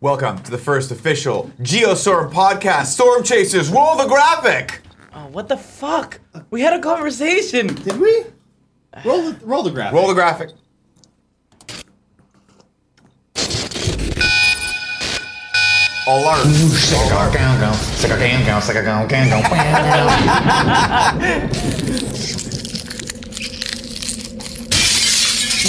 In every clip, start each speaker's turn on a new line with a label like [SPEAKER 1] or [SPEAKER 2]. [SPEAKER 1] Welcome to the first official Geostorm podcast, Storm Chasers, roll the graphic!
[SPEAKER 2] Oh, what the fuck? We had a conversation.
[SPEAKER 3] Did we? Roll the, roll the graphic.
[SPEAKER 1] Roll the graphic. Alert.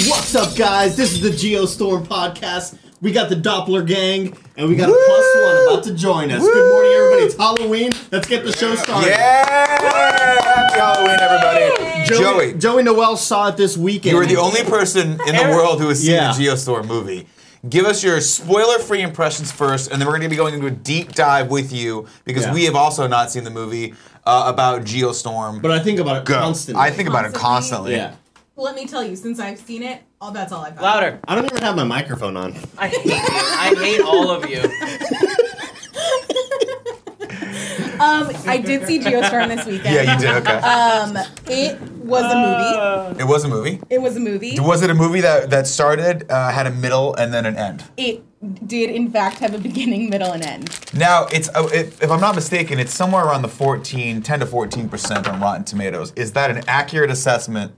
[SPEAKER 3] What's up, guys? This is the Geostorm podcast. We got the Doppler gang, and we got a plus one about to join us. Good morning, everybody. It's Halloween. Let's get the show started.
[SPEAKER 1] Yeah! Happy Halloween, everybody.
[SPEAKER 3] Joey,
[SPEAKER 1] Joey,
[SPEAKER 3] Joey Noel saw it this weekend.
[SPEAKER 1] you were the only person in the
[SPEAKER 2] Eric-
[SPEAKER 1] world who has seen
[SPEAKER 3] Yeah.
[SPEAKER 1] the Geostorm movie. Give us your spoiler-free impressions first, and then we're going to be going into a deep dive with you because
[SPEAKER 3] Yeah.
[SPEAKER 1] we have also not seen the movie uh, about Geostorm.
[SPEAKER 3] But I think about it
[SPEAKER 1] Go.
[SPEAKER 3] constantly.
[SPEAKER 1] I think about it constantly.
[SPEAKER 3] Yeah.
[SPEAKER 4] Let me tell you, since I've seen it, all that's all I've got.
[SPEAKER 2] Louder.
[SPEAKER 3] I don't even have my microphone on.
[SPEAKER 2] I hate you. I hate all of you.
[SPEAKER 4] Um, I did see Geostorm this weekend.
[SPEAKER 1] Yeah, you did. Okay.
[SPEAKER 4] Um, it was a
[SPEAKER 5] Uh.
[SPEAKER 4] movie.
[SPEAKER 1] it was a movie.
[SPEAKER 4] It was a movie.
[SPEAKER 1] Was it a movie that that started, uh, had a middle, and then an end?
[SPEAKER 4] It did, in fact, have a beginning, middle, and end.
[SPEAKER 1] Now it's uh, if, if I'm not mistaken, it's somewhere around the 14, 10 to 14 percent on Rotten Tomatoes. Is that an accurate assessment?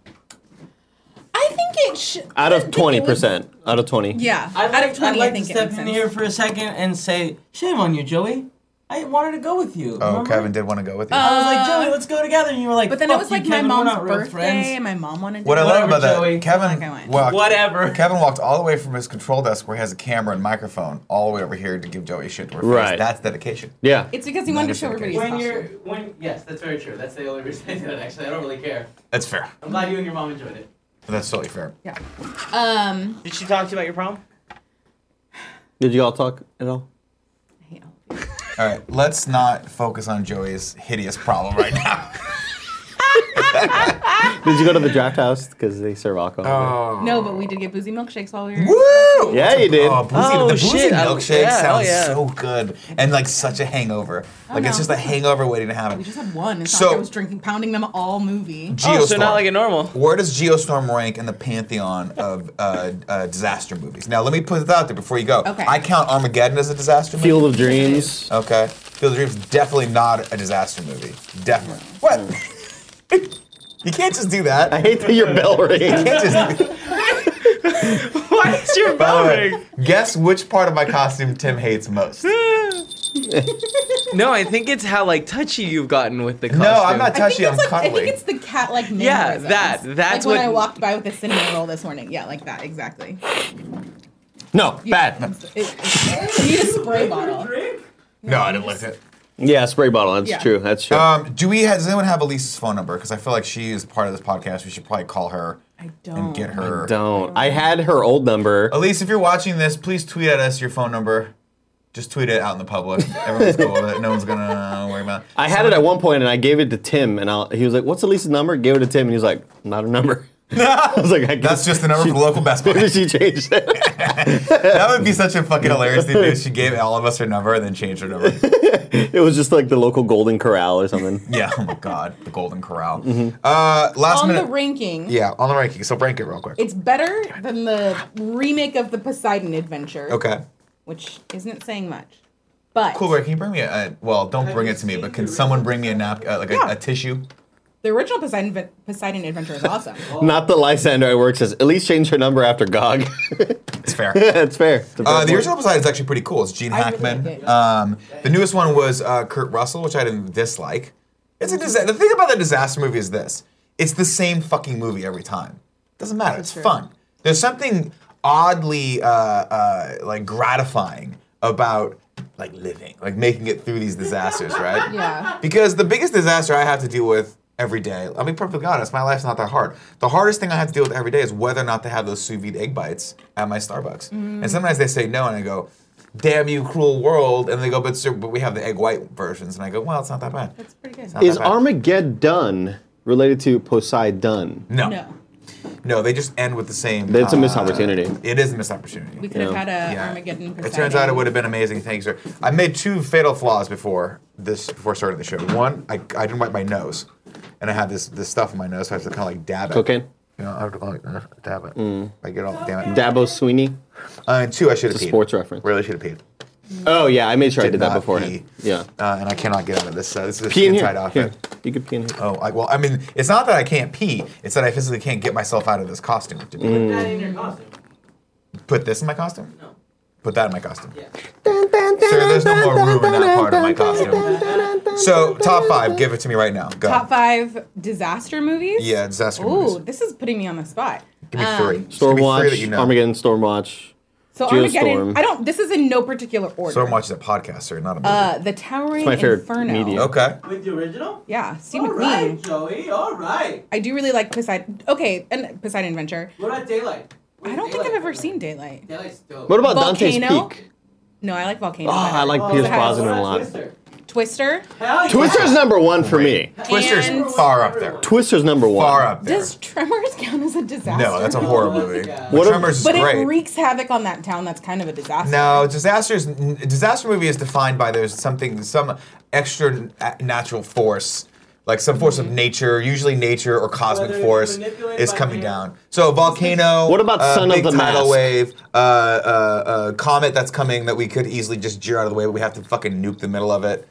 [SPEAKER 4] I think it should.
[SPEAKER 5] Out of twenty percent. Out of twenty.
[SPEAKER 4] Yeah.
[SPEAKER 2] I'd
[SPEAKER 4] out
[SPEAKER 2] like,
[SPEAKER 4] of 20,
[SPEAKER 2] I'd like
[SPEAKER 4] I think
[SPEAKER 2] to
[SPEAKER 4] it
[SPEAKER 2] step
[SPEAKER 4] makes
[SPEAKER 2] in
[SPEAKER 4] sense.
[SPEAKER 2] here for a second and say, shame on you, Joey. I wanted to go with you.
[SPEAKER 1] Oh,
[SPEAKER 2] remember?
[SPEAKER 1] Kevin did want to go with you.
[SPEAKER 2] I was like, Joey, let's go together. And you were like,
[SPEAKER 4] But then
[SPEAKER 2] Fuck
[SPEAKER 4] it was
[SPEAKER 2] you,
[SPEAKER 4] like
[SPEAKER 2] Kevin,
[SPEAKER 4] my
[SPEAKER 2] we're
[SPEAKER 4] mom's
[SPEAKER 2] not real
[SPEAKER 4] birthday,
[SPEAKER 2] friends.
[SPEAKER 4] and my mom wanted to
[SPEAKER 1] what I
[SPEAKER 4] do
[SPEAKER 1] love
[SPEAKER 2] whatever,
[SPEAKER 1] about that,
[SPEAKER 2] Joey.
[SPEAKER 1] Kevin
[SPEAKER 4] Like I went.
[SPEAKER 1] walked.
[SPEAKER 2] Whatever.
[SPEAKER 1] Kevin walked all the way from his control desk where he has a camera and microphone all the way over here to give Joey shit to her face.
[SPEAKER 5] Right.
[SPEAKER 1] That's dedication.
[SPEAKER 5] Yeah.
[SPEAKER 4] It's because he wanted to show everybody his
[SPEAKER 1] When
[SPEAKER 2] When
[SPEAKER 4] costume.
[SPEAKER 2] you're, when yes, that's very true. That's the only reason I did it. Actually, I don't really care.
[SPEAKER 1] That's fair.
[SPEAKER 2] I'm glad you and your mom enjoyed it.
[SPEAKER 1] That's totally fair.
[SPEAKER 4] Yeah. Um,
[SPEAKER 2] Did she talk to you about your prom?
[SPEAKER 5] Did you all talk at all?
[SPEAKER 4] I hate all of you.
[SPEAKER 1] All right, let's not focus on Joey's hideous problem right now.
[SPEAKER 5] Did you go to the draft house because they serve alcohol?
[SPEAKER 4] no, but we did get boozy milkshakes while we were.
[SPEAKER 1] Woo!
[SPEAKER 5] Yeah, you did.
[SPEAKER 1] Oh, boozy,
[SPEAKER 2] Oh,
[SPEAKER 1] the boozy
[SPEAKER 2] shit. I-
[SPEAKER 1] milkshake
[SPEAKER 2] yeah, hell
[SPEAKER 1] sounds
[SPEAKER 2] yeah.
[SPEAKER 1] so good and like such a hangover. Like it's
[SPEAKER 4] no.
[SPEAKER 1] just a hangover waiting to happen.
[SPEAKER 4] We just had one. It's
[SPEAKER 1] So-
[SPEAKER 4] not like I was drinking, pounding them all movie.
[SPEAKER 1] Geostorm.
[SPEAKER 2] Oh, so not like a normal.
[SPEAKER 1] Where does Geostorm rank in the pantheon of uh, uh, disaster movies? Now, let me put it out there before you go.
[SPEAKER 4] Okay.
[SPEAKER 1] I count Armageddon as a disaster movie.
[SPEAKER 5] Field of Dreams.
[SPEAKER 1] Okay. Field of Dreams definitely not a disaster movie. Definitely. What?
[SPEAKER 5] Mm.
[SPEAKER 1] you can't just do that.
[SPEAKER 5] I hate that your bell
[SPEAKER 1] You
[SPEAKER 5] rings.
[SPEAKER 1] can't just do
[SPEAKER 2] Why is your
[SPEAKER 1] By
[SPEAKER 2] bell
[SPEAKER 1] the way,
[SPEAKER 2] ring?
[SPEAKER 1] guess which part of my costume Tim hates most?
[SPEAKER 2] no, I think it's how like touchy you've gotten with the costume.
[SPEAKER 1] No, I'm not
[SPEAKER 4] I think,
[SPEAKER 1] touchy. I'm
[SPEAKER 4] it's like, I
[SPEAKER 1] cuddly.
[SPEAKER 4] think it's the cat like
[SPEAKER 2] Yeah,
[SPEAKER 4] mannerisms.
[SPEAKER 2] that- that's
[SPEAKER 4] like
[SPEAKER 2] what-
[SPEAKER 4] when I walked by with a cinnamon roll this morning. Yeah, like that exactly.
[SPEAKER 5] No,
[SPEAKER 4] Yeah,
[SPEAKER 5] bad.
[SPEAKER 4] it's- it's- you need a spray bottle.
[SPEAKER 1] no, I didn't like it.
[SPEAKER 5] Yeah, spray bottle. That's
[SPEAKER 4] Yeah.
[SPEAKER 5] true. That's true.
[SPEAKER 1] Um, do we? Have, does anyone have Elise's phone number? Because I feel like she is part of this podcast. We should probably call her
[SPEAKER 4] I
[SPEAKER 1] and get her.
[SPEAKER 5] Don't. I had her old number.
[SPEAKER 1] Elise, if you're watching this, please tweet at us your phone number. Just tweet it out in the public. Everyone's cool with it. No one's gonna worry about. it.
[SPEAKER 5] I had it at one point, and I gave it to Tim, and I'll, he was like, "What's Elisa's number?" Gave it to Tim, and he was like, "Not a number." I was like, "I
[SPEAKER 1] That's
[SPEAKER 5] guess."
[SPEAKER 1] just the number for the local Best Buy.
[SPEAKER 5] Maybe she changed it.
[SPEAKER 1] That would be such a fucking hilarious thing. to do. She gave all of us her number and then changed her number.
[SPEAKER 5] it was just like the local Golden Corral or something.
[SPEAKER 1] Yeah. Oh my God. The Golden Corral.
[SPEAKER 5] Mm-hmm.
[SPEAKER 1] Uh, last
[SPEAKER 4] On the
[SPEAKER 1] minute.
[SPEAKER 4] ranking,
[SPEAKER 1] yeah. On the ranking. So rank it real quick.
[SPEAKER 4] it's better than the remake of the Poseidon Adventure.
[SPEAKER 1] okay.
[SPEAKER 4] Which isn't saying much. But
[SPEAKER 1] Cool. Wait, can you bring me a? a- well, don't bring it to me, but can someone bring me a napkin, uh, like a,
[SPEAKER 4] Yeah.
[SPEAKER 1] a tissue?
[SPEAKER 4] the original Poseidon, Poseidon Adventure is awesome.
[SPEAKER 5] Not the Lysander I work says. Elise changed her number after Gog.
[SPEAKER 1] It's fair.
[SPEAKER 5] That's fair. It's a fair
[SPEAKER 1] Uh, the
[SPEAKER 5] point.
[SPEAKER 1] original Poseidon is actually pretty cool. It's Gene
[SPEAKER 4] I really
[SPEAKER 1] Hackman.
[SPEAKER 4] like it.
[SPEAKER 1] um, the newest one was uh, Kurt Russell, which I didn't dislike. It's a disa- The thing about the disaster movie is this: it's the same fucking movie every time. Doesn't matter. it's
[SPEAKER 4] true.
[SPEAKER 1] fun. There's something oddly uh, uh, like gratifying about like living, like making it through these disasters, right?
[SPEAKER 4] Yeah.
[SPEAKER 1] Because the biggest disaster I have to deal with every day, I'll be perfectly honest, my life's not that hard. The hardest thing I have to deal with every day is whether or not to have those sous vide egg bites at my Starbucks. And sometimes they say no, and I go, damn you, cruel world. And they go, but sir, but we have the egg white versions. And I go, well, it's not that bad.
[SPEAKER 4] That's pretty good.
[SPEAKER 1] It's not
[SPEAKER 5] Is
[SPEAKER 1] that bad."
[SPEAKER 5] Armageddon related to Poseidon?
[SPEAKER 1] No. no.
[SPEAKER 4] No.
[SPEAKER 1] they just end with the same.
[SPEAKER 5] That's a missed
[SPEAKER 1] uh,
[SPEAKER 5] opportunity.
[SPEAKER 1] It is a missed opportunity.
[SPEAKER 4] We could have
[SPEAKER 5] Yeah.
[SPEAKER 4] had a
[SPEAKER 1] Yeah.
[SPEAKER 4] Armageddon Poseidon.
[SPEAKER 1] It turns out it would have been amazing. Thanks, sir. I made two fatal flaws before this before starting the show. One, I, I didn't wipe my nose, and I had this this stuff in my nose, so I have to kind of like dab it.
[SPEAKER 5] Cocaine?
[SPEAKER 1] You know, I have to kind of like uh, dab it. I get all damn it.
[SPEAKER 5] Dabo Sweeney?
[SPEAKER 1] Uh, and two, I should have
[SPEAKER 5] It's a
[SPEAKER 1] peed.
[SPEAKER 5] sports reference.
[SPEAKER 1] Really should have peed.
[SPEAKER 5] Oh yeah, I made sure I did that
[SPEAKER 1] not
[SPEAKER 5] beforehand.
[SPEAKER 1] pee.
[SPEAKER 5] Yeah.
[SPEAKER 1] Uh, and I cannot get out of this. So this is
[SPEAKER 5] Pee in
[SPEAKER 1] inside
[SPEAKER 5] here.
[SPEAKER 1] outfit.
[SPEAKER 5] Here. You could pee in here.
[SPEAKER 1] Oh, I, well, I mean, it's not that I can't pee. It's that I physically can't get myself out of this costume. To be
[SPEAKER 5] Mm.
[SPEAKER 1] like,
[SPEAKER 6] That in your costume.
[SPEAKER 1] put this in my costume.
[SPEAKER 6] No.
[SPEAKER 1] Put that in my costume.
[SPEAKER 6] Yeah.
[SPEAKER 1] Sir, there's no more room in that part of my costume. So, top five, give it to me right now. Go.
[SPEAKER 4] Top five disaster movies.
[SPEAKER 1] Yeah, disaster
[SPEAKER 4] Ooh,
[SPEAKER 1] movies.
[SPEAKER 4] this um, is putting me on the spot.
[SPEAKER 1] Give me three. Just give me three that you
[SPEAKER 5] Stormwatch,
[SPEAKER 1] know.
[SPEAKER 5] Armageddon, Stormwatch.
[SPEAKER 4] So
[SPEAKER 5] Geostorm.
[SPEAKER 4] Armageddon. I don't. This is in no particular order.
[SPEAKER 1] Stormwatch is a podcast, sir, not a movie.
[SPEAKER 4] Uh, the Towering
[SPEAKER 5] my favorite
[SPEAKER 4] Inferno.
[SPEAKER 5] media.
[SPEAKER 1] okay.
[SPEAKER 6] With the original?
[SPEAKER 4] Yeah, Steve
[SPEAKER 6] All right,
[SPEAKER 4] McQueen.
[SPEAKER 6] Joey. All right.
[SPEAKER 4] I do really like Poseidon. Okay, and Poseidon Adventure.
[SPEAKER 6] What about Daylight? What
[SPEAKER 4] I
[SPEAKER 6] is
[SPEAKER 4] don't think I've
[SPEAKER 6] Daylight?
[SPEAKER 4] ever seen Daylight.
[SPEAKER 6] Daylight's dope.
[SPEAKER 5] What about
[SPEAKER 4] Volcano?
[SPEAKER 5] Dante's Peak?
[SPEAKER 4] No, I like Volcano.
[SPEAKER 5] Oh,
[SPEAKER 1] Ah,
[SPEAKER 4] better.
[SPEAKER 5] I like
[SPEAKER 6] Oh,
[SPEAKER 5] Pierce
[SPEAKER 6] what about
[SPEAKER 5] Brosnan a lot.
[SPEAKER 6] Twister?
[SPEAKER 4] Twister.
[SPEAKER 6] Hell yeah.
[SPEAKER 5] Twister's number one for me.
[SPEAKER 1] Twister's
[SPEAKER 4] And-
[SPEAKER 1] far up there.
[SPEAKER 5] Twister's number one.
[SPEAKER 1] Far up there.
[SPEAKER 4] Does Tremors count as a disaster?
[SPEAKER 1] No, that's a
[SPEAKER 6] No,
[SPEAKER 1] horror
[SPEAKER 6] that's a
[SPEAKER 1] movie.
[SPEAKER 6] guy.
[SPEAKER 5] What a-
[SPEAKER 1] Tremors is
[SPEAKER 4] But
[SPEAKER 1] great.
[SPEAKER 4] it wreaks havoc on that town. That's kind of a disaster.
[SPEAKER 1] No, disasters. n- Disaster movie is defined by there's something, some extra n- a- natural force, like some force of nature, usually nature or cosmic
[SPEAKER 6] Mm-hmm. Whether it's
[SPEAKER 1] force,
[SPEAKER 6] manipulated
[SPEAKER 1] is
[SPEAKER 6] by
[SPEAKER 1] coming
[SPEAKER 6] man-
[SPEAKER 1] down. So volcano.
[SPEAKER 5] What about
[SPEAKER 1] uh,
[SPEAKER 5] Son of
[SPEAKER 1] big
[SPEAKER 5] the
[SPEAKER 1] tidal
[SPEAKER 5] Mask?
[SPEAKER 1] wave, uh, uh, uh, comet that's coming that we could easily just jeer out of the way, but we have to fucking nuke the middle of it.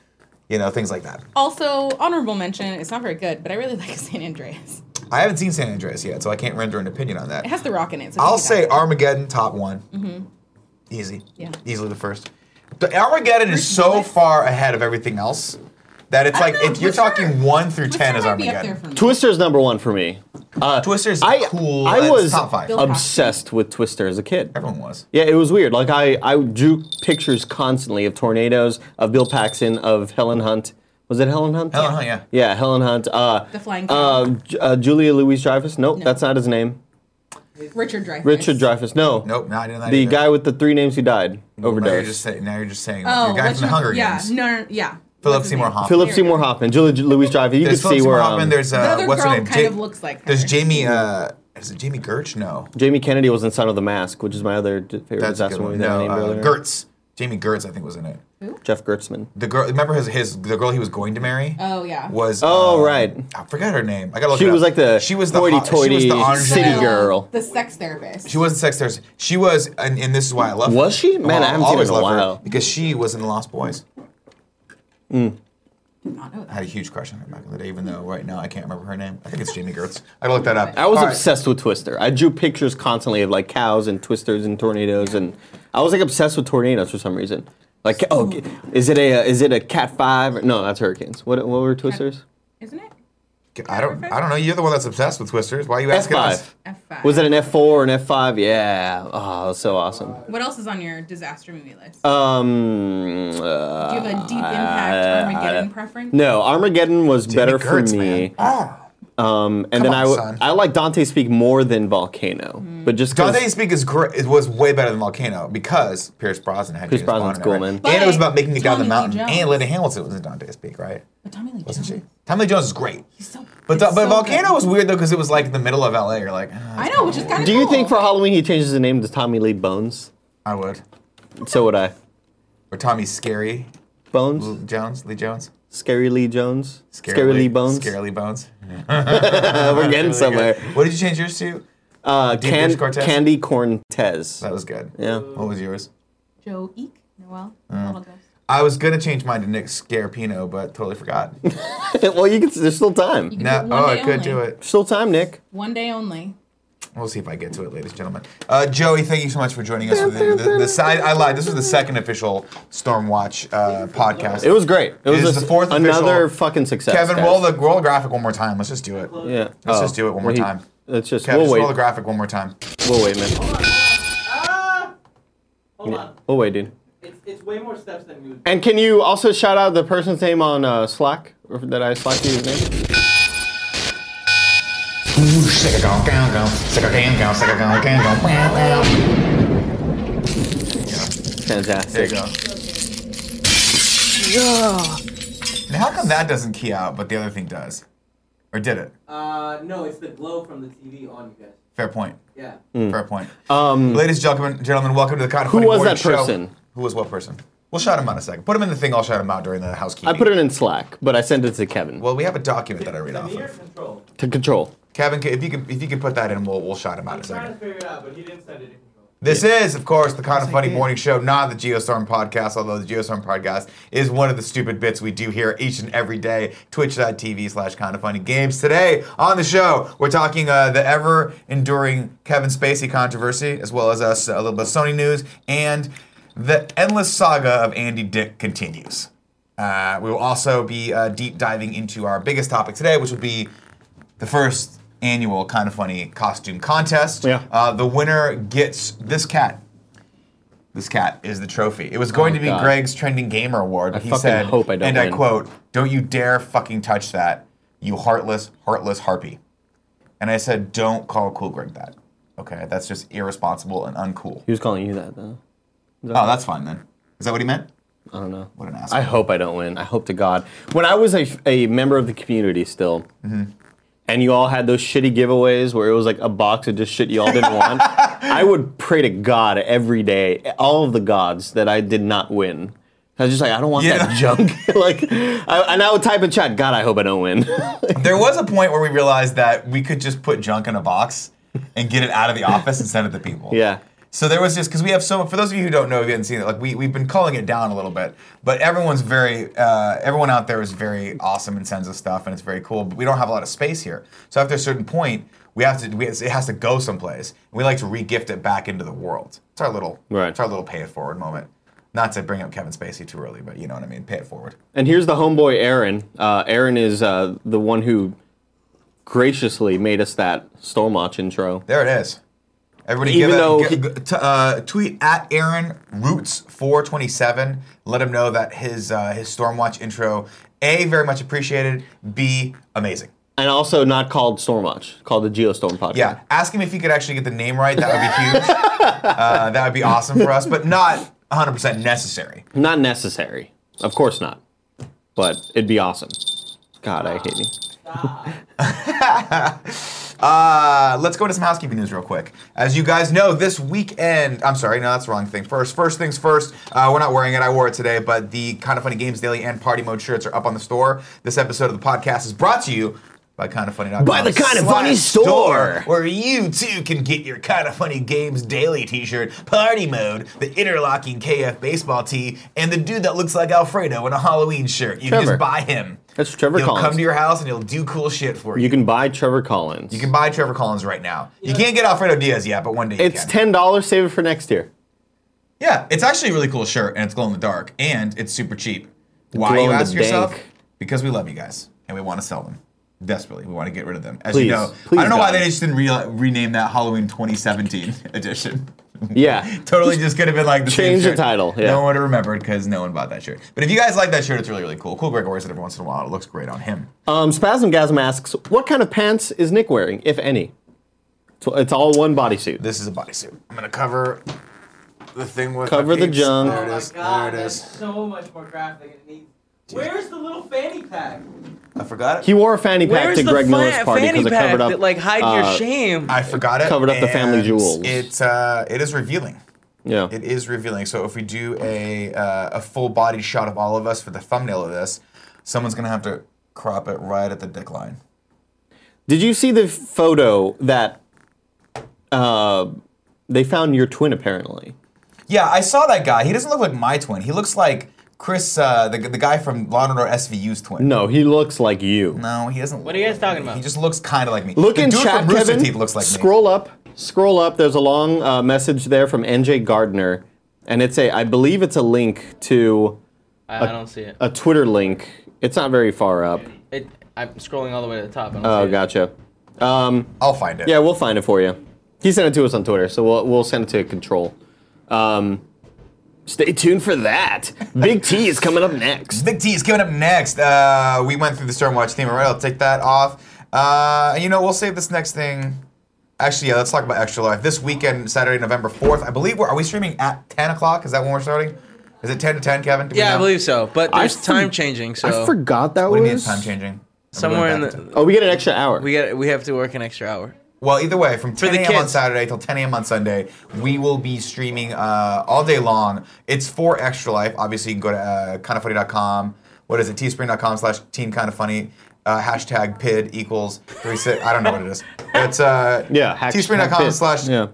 [SPEAKER 1] You know, things like that.
[SPEAKER 4] Also, honorable mention. It's not very good, but I really like San Andreas.
[SPEAKER 1] I haven't seen San Andreas yet, so I can't render an opinion on that.
[SPEAKER 4] It has the rock in it. So
[SPEAKER 1] I'll
[SPEAKER 4] take it
[SPEAKER 1] say
[SPEAKER 4] out.
[SPEAKER 1] Armageddon top one. Easy.
[SPEAKER 4] Mm-hmm. Yeah.
[SPEAKER 1] Easily the first. The Armageddon is so far ahead of everything else that it's like
[SPEAKER 4] don't know,
[SPEAKER 1] if you're
[SPEAKER 4] Twister-
[SPEAKER 1] talking one through ten
[SPEAKER 4] Twister
[SPEAKER 1] is
[SPEAKER 4] might be up there
[SPEAKER 1] Armageddon.
[SPEAKER 4] for me.
[SPEAKER 5] Twister's number one for me. Uh,
[SPEAKER 1] Twister's
[SPEAKER 5] I,
[SPEAKER 1] cool.
[SPEAKER 5] I
[SPEAKER 1] it's
[SPEAKER 5] was
[SPEAKER 1] top five.
[SPEAKER 4] Bill-
[SPEAKER 5] obsessed with Twister as a kid.
[SPEAKER 1] Everyone was.
[SPEAKER 5] Yeah, it was weird. Like I, I drew pictures constantly of tornadoes, of Bill Paxton, of Helen Hunt. Was it Helen Hunt?
[SPEAKER 1] Helen Hunt, yeah.
[SPEAKER 5] Yeah, Helen Hunt. Uh,
[SPEAKER 4] The flying
[SPEAKER 5] uh,
[SPEAKER 4] cow.
[SPEAKER 5] J- uh, Julia Louise Dreyfus. Nope,
[SPEAKER 4] No.
[SPEAKER 5] that's not his name.
[SPEAKER 4] Richard Dreyfuss.
[SPEAKER 5] uh, Richard Dreyfus. No.
[SPEAKER 1] Nope, not in that.
[SPEAKER 5] The
[SPEAKER 1] either.
[SPEAKER 5] guy with the three names who died
[SPEAKER 1] Now you're
[SPEAKER 5] overdose.
[SPEAKER 1] just saying. Now you're just saying.
[SPEAKER 4] Oh,
[SPEAKER 1] your guy
[SPEAKER 4] what's
[SPEAKER 1] from the
[SPEAKER 4] your-
[SPEAKER 1] Hunger
[SPEAKER 4] yeah,
[SPEAKER 1] Games.
[SPEAKER 4] No, no, yeah.
[SPEAKER 1] Philip
[SPEAKER 4] What's his
[SPEAKER 1] Seymour
[SPEAKER 4] name?
[SPEAKER 1] Hoffman.
[SPEAKER 5] Philip
[SPEAKER 4] There.
[SPEAKER 5] Seymour Hoffman, Julia J- Louis Dreyfus. You
[SPEAKER 1] There's
[SPEAKER 5] could
[SPEAKER 1] Philip
[SPEAKER 5] see
[SPEAKER 1] Seymour
[SPEAKER 5] where
[SPEAKER 1] Hoffman.
[SPEAKER 5] um,
[SPEAKER 1] There's uh,
[SPEAKER 4] The other
[SPEAKER 1] what's
[SPEAKER 4] girl
[SPEAKER 1] her name?
[SPEAKER 4] kind
[SPEAKER 1] Ja-
[SPEAKER 4] of looks like
[SPEAKER 1] There's
[SPEAKER 4] her.
[SPEAKER 1] Jamie. Uh, is it Jamie Gertz? No,
[SPEAKER 5] Jamie Kennedy was in *Son of the Mask*, which is my other d- favorite
[SPEAKER 1] that's a
[SPEAKER 5] disaster
[SPEAKER 1] good
[SPEAKER 5] movie
[SPEAKER 1] one.
[SPEAKER 5] that I
[SPEAKER 1] No,
[SPEAKER 5] named
[SPEAKER 1] uh,
[SPEAKER 5] earlier.
[SPEAKER 1] Gertz. Jamie Gertz, I think, was in it.
[SPEAKER 5] Jeff Gertzman.
[SPEAKER 1] The girl, remember his, his the girl he was going to marry?
[SPEAKER 4] Oh, yeah.
[SPEAKER 1] Was
[SPEAKER 5] Oh,
[SPEAKER 1] um,
[SPEAKER 5] right.
[SPEAKER 1] I forgot her name. I gotta look.
[SPEAKER 5] She
[SPEAKER 1] it up.
[SPEAKER 5] was like the
[SPEAKER 1] she was the hot- she was
[SPEAKER 5] hoity-toity
[SPEAKER 1] the orange
[SPEAKER 5] city
[SPEAKER 1] lady.
[SPEAKER 5] girl.
[SPEAKER 4] The sex therapist.
[SPEAKER 1] She wasn't sex therapist. She was, and, and this is why I love her.
[SPEAKER 5] Was she? Man, I haven't seen her
[SPEAKER 1] always
[SPEAKER 5] in a
[SPEAKER 1] loved
[SPEAKER 5] while.
[SPEAKER 1] because she was in Lost Boys.
[SPEAKER 4] Did not know
[SPEAKER 1] I
[SPEAKER 4] that.
[SPEAKER 1] had a huge crush on her back in the day, even though right now I can't remember her name. I think it's Jamie Gertz. I gotta look that up.
[SPEAKER 5] I was
[SPEAKER 1] All right.
[SPEAKER 5] obsessed with Twister. I drew pictures constantly of like cows and twisters and tornadoes, and I was like obsessed with tornadoes for some reason. Like, oh, g- is it a uh, is it a Cat Five? Or, no, that's hurricanes. What what were twisters?
[SPEAKER 4] Isn't it?
[SPEAKER 1] I don't. I don't know. You're the one that's obsessed with Twisters. Why are you
[SPEAKER 5] F
[SPEAKER 1] asking us?
[SPEAKER 5] five.
[SPEAKER 4] F5.
[SPEAKER 5] Was it an F four or an F five? Yeah. Oh, that was so awesome.
[SPEAKER 4] What else is on your disaster movie list?
[SPEAKER 5] Uh, Um.
[SPEAKER 4] Do you have a deep impact Armageddon preference?
[SPEAKER 5] No, Armageddon was better for
[SPEAKER 1] Gertz,
[SPEAKER 5] me.
[SPEAKER 1] man. Oh.
[SPEAKER 5] Um, and
[SPEAKER 1] on,
[SPEAKER 5] then I w-
[SPEAKER 1] son.
[SPEAKER 5] I like Dante Speak more than Volcano, but just 'cause-
[SPEAKER 1] Dante Speak is great. It was way better than Volcano because Pierce Brosnan had
[SPEAKER 5] Pierce
[SPEAKER 1] James
[SPEAKER 5] Brosnan's
[SPEAKER 1] Bond,
[SPEAKER 5] cool,
[SPEAKER 1] right?
[SPEAKER 5] man.
[SPEAKER 1] And it was
[SPEAKER 4] But
[SPEAKER 1] about making it down the
[SPEAKER 4] Tommy Lee
[SPEAKER 1] mountain.
[SPEAKER 4] E. Jones.
[SPEAKER 1] And Linda Hamilton was in Dante Speak, right?
[SPEAKER 4] But Tommy Lee
[SPEAKER 1] Wasn't she?
[SPEAKER 4] Jones.
[SPEAKER 1] Tommy Lee Jones is great.
[SPEAKER 4] He's so.
[SPEAKER 1] But
[SPEAKER 4] he's
[SPEAKER 1] the, but
[SPEAKER 4] so
[SPEAKER 1] Volcano
[SPEAKER 4] good.
[SPEAKER 1] was weird though because it was like the middle of LA. You're like, ah,
[SPEAKER 4] I know, which is kind of.
[SPEAKER 5] Do you think for Halloween he changes his name to Tommy Lee Bones?
[SPEAKER 1] I would.
[SPEAKER 5] So would I.
[SPEAKER 1] Or Tommy Scary
[SPEAKER 5] Bones,
[SPEAKER 1] Jones, Lee Jones,
[SPEAKER 5] Scary Lee Jones, Scary Lee Bones.
[SPEAKER 1] Scary Lee Bones.
[SPEAKER 5] Uh, we're getting somewhere.
[SPEAKER 1] What did you change yours to?
[SPEAKER 5] Uh,
[SPEAKER 1] Deep
[SPEAKER 5] Can-
[SPEAKER 1] Dish Cortez?
[SPEAKER 5] Candy Cortez.
[SPEAKER 1] That was good.
[SPEAKER 5] Yeah.
[SPEAKER 1] What was yours?
[SPEAKER 4] Joe Eek? Noel?
[SPEAKER 1] Mm.
[SPEAKER 4] Little Ghost.
[SPEAKER 1] I was gonna change mine to Nick Scarpino, but totally forgot.
[SPEAKER 5] well, you can. There's still time.
[SPEAKER 4] can-
[SPEAKER 1] no,
[SPEAKER 4] One
[SPEAKER 1] oh, I
[SPEAKER 4] day
[SPEAKER 1] could
[SPEAKER 4] only.
[SPEAKER 1] do it.
[SPEAKER 5] Still time, Nick.
[SPEAKER 4] One day only.
[SPEAKER 1] We'll see if I get to it, ladies and gentlemen. Uh, Joey, thank you so much for joining us. For the, the, the side, I lied. This was the second official Stormwatch uh, podcast.
[SPEAKER 5] It was great. It was
[SPEAKER 1] is
[SPEAKER 5] a-
[SPEAKER 1] the fourth
[SPEAKER 5] another
[SPEAKER 1] official-
[SPEAKER 5] fucking success.
[SPEAKER 1] Kevin,
[SPEAKER 5] guys.
[SPEAKER 1] roll the roll the graphic one more time. Let's just do it.
[SPEAKER 5] Yeah. Oh.
[SPEAKER 1] Let's just do it one more
[SPEAKER 5] well, he-
[SPEAKER 1] time.
[SPEAKER 5] Let's just.
[SPEAKER 1] Kevin,
[SPEAKER 5] we'll
[SPEAKER 1] just roll the
[SPEAKER 5] wait.
[SPEAKER 1] graphic one more time.
[SPEAKER 5] We'll wait, man.
[SPEAKER 6] Ah! Hold on.
[SPEAKER 5] We'll wait, dude.
[SPEAKER 6] It's, it's way more steps than you.
[SPEAKER 5] And can you also shout out the person's name on uh, Slack or that I Slack you his name?
[SPEAKER 1] There you
[SPEAKER 5] Fantastic.
[SPEAKER 1] go. Now, how come that doesn't key out, but the other thing does? Or did it?
[SPEAKER 6] Uh, no, it's the glow from the TV on you guys.
[SPEAKER 1] Fair point.
[SPEAKER 6] Yeah.
[SPEAKER 1] Fair point. Um, Ladies and gentlemen, gentlemen, welcome to the Cotton
[SPEAKER 5] hmm. Who
[SPEAKER 1] Funny
[SPEAKER 5] was
[SPEAKER 1] Morning
[SPEAKER 5] that
[SPEAKER 1] Show.
[SPEAKER 5] person?
[SPEAKER 1] Who was what person? We'll shout him out in a second. Put him in the thing. I'll shout him out during the
[SPEAKER 5] I
[SPEAKER 1] housekeeping.
[SPEAKER 5] put it in Slack, but I sent it to Kevin
[SPEAKER 1] Well, we have a document that I read
[SPEAKER 6] The
[SPEAKER 1] off
[SPEAKER 6] mirror
[SPEAKER 1] of.
[SPEAKER 6] control.
[SPEAKER 5] to control.
[SPEAKER 1] Kevin, if you could, if you could put that in, we'll we'll shout him out
[SPEAKER 6] I'm
[SPEAKER 1] in a
[SPEAKER 6] trying
[SPEAKER 1] second.
[SPEAKER 6] to figure it out, but he didn't send it to control.
[SPEAKER 1] This is, of course, the Kind of Funny Morning Show, not the Geostorm podcast, although the Geostorm podcast is one of the stupid bits we do here each and every day. Twitch.tv slash Kind of Funny Games. Today on the show, we're talking uh, the ever enduring Kevin Spacey controversy, as well as us a little bit of Sony news, and the endless saga of Andy Dick continues. Uh, we will also be uh, deep diving into our biggest topic today, which will be the first annual kind of funny costume contest.
[SPEAKER 5] Yeah.
[SPEAKER 1] Uh, the winner gets this cat. This cat is the trophy. It was going
[SPEAKER 5] Oh,
[SPEAKER 1] to be
[SPEAKER 5] God.
[SPEAKER 1] Greg's trending gamer award, but he
[SPEAKER 5] fucking
[SPEAKER 1] said,
[SPEAKER 5] hope I don't
[SPEAKER 1] and I
[SPEAKER 5] win.
[SPEAKER 1] quote, "Don't you dare fucking touch that, you heartless, heartless harpy." And I said, "Don't call Cool Greg that. Okay, that's just irresponsible and uncool."
[SPEAKER 5] He was calling you that though.
[SPEAKER 1] Oh, that's fine then. Is that what he meant?
[SPEAKER 5] I don't know.
[SPEAKER 1] What an asshole.
[SPEAKER 5] I hope I don't win. I hope to God. When I was a, a member of the community still,
[SPEAKER 1] Mm-hmm.
[SPEAKER 5] and you all had those shitty giveaways where it was like a box of just shit you all didn't want, I would pray to God every day, all of the gods, that I did not win. I was just like, I don't want
[SPEAKER 1] Yeah.
[SPEAKER 5] that junk. like, I, and I would type in chat, God, I hope I don't win.
[SPEAKER 1] There was a point where we realized that we could just put junk in a box and get it out of the office and send it to people.
[SPEAKER 5] yeah.
[SPEAKER 1] So there was just because we have so for those of you who don't know, if you haven't seen it, like we we've been calling it down a little bit, but everyone's very uh, everyone out there is very awesome and sends us stuff and it's very cool. But we don't have a lot of space here, so after a certain point, we have to we, it has to go someplace. We like to regift it back into the world. It's our little
[SPEAKER 5] Right.
[SPEAKER 1] It's our little pay it forward moment. Not to bring up Kevin Spacey too early, but you know what I mean. Pay it forward.
[SPEAKER 5] And here's the homeboy, Aaron. Uh, Aaron is uh, the one who graciously made us that Stormwatch intro.
[SPEAKER 1] There it is. Everybody,
[SPEAKER 5] Even
[SPEAKER 1] give
[SPEAKER 5] though
[SPEAKER 1] a,
[SPEAKER 5] he-
[SPEAKER 1] g- g- t- uh, tweet at Aaron Roots four twenty seven. Let him know that his uh, his Stormwatch intro a very much appreciated. B amazing.
[SPEAKER 5] And also not called Stormwatch, called the Geostorm podcast.
[SPEAKER 1] Yeah, ask him if he could actually get the name right. That would be huge. uh, that would be awesome for us, but not one hundred percent necessary.
[SPEAKER 5] Not necessary. Of course not. But it'd be awesome. God, I hate you.
[SPEAKER 1] Uh, let's go into some housekeeping news real quick. As you guys know, this weekend, I'm sorry, no, that's the wrong thing. First, first things first, uh, we're not wearing it. I wore it today, but the Kind of Funny Games Daily and Party Mode shirts are up on the store. This episode of the podcast is brought to you by kindoffunny.com.
[SPEAKER 5] By the Kinda
[SPEAKER 1] slash
[SPEAKER 5] Funny store.
[SPEAKER 1] Where you too can get your Kind of Funny Games Daily t shirt, Party Mode, the interlocking KF baseball tee, and the dude that looks like Alfredo in a Halloween shirt. You can
[SPEAKER 5] Trevor.
[SPEAKER 1] just buy him.
[SPEAKER 5] That's Trevor
[SPEAKER 1] he'll
[SPEAKER 5] Collins.
[SPEAKER 1] come to your house and he'll do cool shit for you.
[SPEAKER 5] You can buy Trevor Collins.
[SPEAKER 1] You can buy Trevor Collins right now. You can't get Alfredo Diaz yet, but one day you
[SPEAKER 5] it's
[SPEAKER 1] can.
[SPEAKER 5] ten dollars, save it for next year.
[SPEAKER 1] yeah, it's actually a really cool shirt, and it's glow in the dark, and it's super cheap. Why
[SPEAKER 5] Glow
[SPEAKER 1] you
[SPEAKER 5] in the
[SPEAKER 1] ask yourself?
[SPEAKER 5] dank.
[SPEAKER 1] Because we love you guys, and we want to sell them desperately. We want to get rid of them. As
[SPEAKER 5] Please,
[SPEAKER 1] you know,
[SPEAKER 5] please,
[SPEAKER 1] I don't know why
[SPEAKER 5] God.
[SPEAKER 1] they just didn't re- rename that Halloween 2017 edition.
[SPEAKER 5] Yeah.
[SPEAKER 1] totally just could have been like the same
[SPEAKER 5] Change the
[SPEAKER 1] shirt.
[SPEAKER 5] title, yeah.
[SPEAKER 1] No one would have remembered because no one bought that shirt. But if you guys like that shirt, it's really really cool. Cool Greg wears it every once in a while. It looks great on him.
[SPEAKER 5] Um Spasmgasm asks, what kind of pants is Nick wearing, if any? It's, it's all one bodysuit.
[SPEAKER 1] This is a bodysuit. I'm gonna cover the thing with
[SPEAKER 5] Cover the
[SPEAKER 1] peeps.
[SPEAKER 5] junk.
[SPEAKER 1] There it
[SPEAKER 6] Oh my
[SPEAKER 1] is.
[SPEAKER 6] God,
[SPEAKER 1] there it is.
[SPEAKER 6] that's so much more graphic than it needs. Where's the little fanny pack?
[SPEAKER 1] I forgot it.
[SPEAKER 5] He wore a fanny pack
[SPEAKER 2] Where's
[SPEAKER 5] to
[SPEAKER 2] the
[SPEAKER 5] Greg Miller's
[SPEAKER 2] fa-
[SPEAKER 5] party
[SPEAKER 2] fanny
[SPEAKER 5] because it
[SPEAKER 2] pack
[SPEAKER 5] covered up
[SPEAKER 2] that like hide
[SPEAKER 5] uh,
[SPEAKER 2] your shame?
[SPEAKER 1] I forgot it.
[SPEAKER 5] Covered up the family
[SPEAKER 1] and
[SPEAKER 5] jewels.
[SPEAKER 1] It uh, it is revealing.
[SPEAKER 5] Yeah.
[SPEAKER 1] It is revealing. So if we do a uh, a full body shot of all of us for the thumbnail of this, someone's gonna have to crop it right at the dick line.
[SPEAKER 5] Did you see the photo that uh, they found your twin apparently?
[SPEAKER 1] Yeah, I saw that guy. He doesn't look like my twin. He looks like Chris, uh, the the guy from Law and Order SVU's twin.
[SPEAKER 5] No, he looks like you.
[SPEAKER 1] No, he doesn't. What
[SPEAKER 2] are you guys talking about?
[SPEAKER 1] He just looks kind of like me.
[SPEAKER 5] Look
[SPEAKER 1] the
[SPEAKER 5] in
[SPEAKER 1] dude
[SPEAKER 5] chat,
[SPEAKER 1] from Rooster
[SPEAKER 5] Kevin.
[SPEAKER 1] Teeth looks like me.
[SPEAKER 5] scroll up, scroll up. There's a long uh, message there from NJ Gardner, and it's a, I believe it's a link to
[SPEAKER 2] I, I don't see it.
[SPEAKER 5] a Twitter link. It's not very far up.
[SPEAKER 2] it. I'm scrolling all the way to the top. I don't
[SPEAKER 5] Oh,
[SPEAKER 2] see it.
[SPEAKER 5] gotcha. Um,
[SPEAKER 1] I'll find it.
[SPEAKER 5] yeah, we'll find it for you. He sent it to us on Twitter, so we'll we'll send it to Control. Um, stay tuned for that. Big T is coming up next.
[SPEAKER 1] Big T is coming up next. Uh, we went through the Stormwatch theme already. I'll take that off. Uh, you know, we'll save this next thing. Actually, yeah, let's talk about Extra Life. This weekend, Saturday, November 4th, I believe we're, are we streaming at 10 o'clock? Is that when we're starting? Is it 10 to 10, Kevin? Do we
[SPEAKER 2] Yeah, I
[SPEAKER 1] know?
[SPEAKER 2] believe so. But
[SPEAKER 5] I
[SPEAKER 2] there's time
[SPEAKER 5] for-
[SPEAKER 2] changing, so
[SPEAKER 5] I forgot that
[SPEAKER 1] What
[SPEAKER 5] was.
[SPEAKER 1] do you mean it's time changing?
[SPEAKER 2] somewhere in
[SPEAKER 1] We're back to-
[SPEAKER 2] the
[SPEAKER 5] Oh, we get an extra hour.
[SPEAKER 2] we get we have to work an extra hour.
[SPEAKER 1] Well, either way, from 10
[SPEAKER 2] the
[SPEAKER 1] a.m. on
[SPEAKER 2] kids.
[SPEAKER 1] Saturday till 10 a.m. on Sunday, we will be streaming uh, all day long. It's for Extra Life. Obviously, you can go to uh, kindoffunny.com. What is it? Teespring.com slash team kind of funny. Uh, hashtag PID equals three six. I don't know what it is. It's uh,
[SPEAKER 5] yeah, hack, hack
[SPEAKER 1] Teespring.com
[SPEAKER 5] bit.
[SPEAKER 1] slash
[SPEAKER 5] yeah.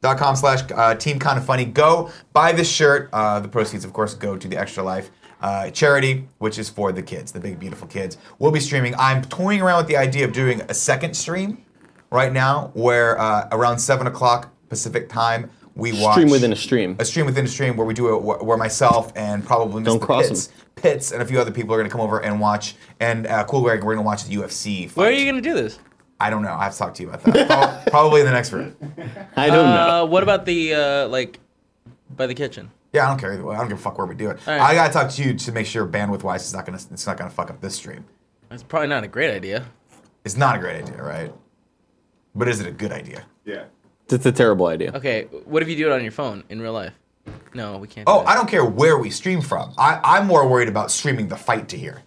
[SPEAKER 1] dot com slash uh, team kind of funny go buy this shirt uh, the proceeds of course go to the extra life uh, charity which is for the kids the big beautiful kids we'll be streaming i'm toying around with the idea of doing a second stream right now where uh, around 7 o'clock pacific time we watch
[SPEAKER 5] Stream within a stream.
[SPEAKER 1] a stream within a stream where we do it wh- where myself and probably
[SPEAKER 5] Don't
[SPEAKER 1] Mr.
[SPEAKER 5] cross 'em.
[SPEAKER 1] Pitts, Pitts and a few other people are going to come over and watch and uh, Cool Greg we're going to watch the UFC fight.
[SPEAKER 2] Where are you gonna do this?
[SPEAKER 1] I don't know. I have to talk to you about that. Prob- Probably in the next room.
[SPEAKER 5] I don't know.
[SPEAKER 2] Uh, what about the uh, like by the kitchen?
[SPEAKER 1] Yeah, I don't care either way. I don't give a fuck where we do it.
[SPEAKER 2] All right.
[SPEAKER 1] I gotta talk to you to make sure bandwidth wise it's not gonna it's not gonna fuck up this stream.
[SPEAKER 2] That's probably not a great idea.
[SPEAKER 1] It's not a great idea, right? But is it a good idea?
[SPEAKER 3] Yeah.
[SPEAKER 5] That's a terrible idea.
[SPEAKER 2] Okay, what if you do it on your phone in real life? No, we can't. do
[SPEAKER 1] Oh,
[SPEAKER 2] that.
[SPEAKER 1] I don't care where we stream from. I, I'm more worried about streaming the fight to here.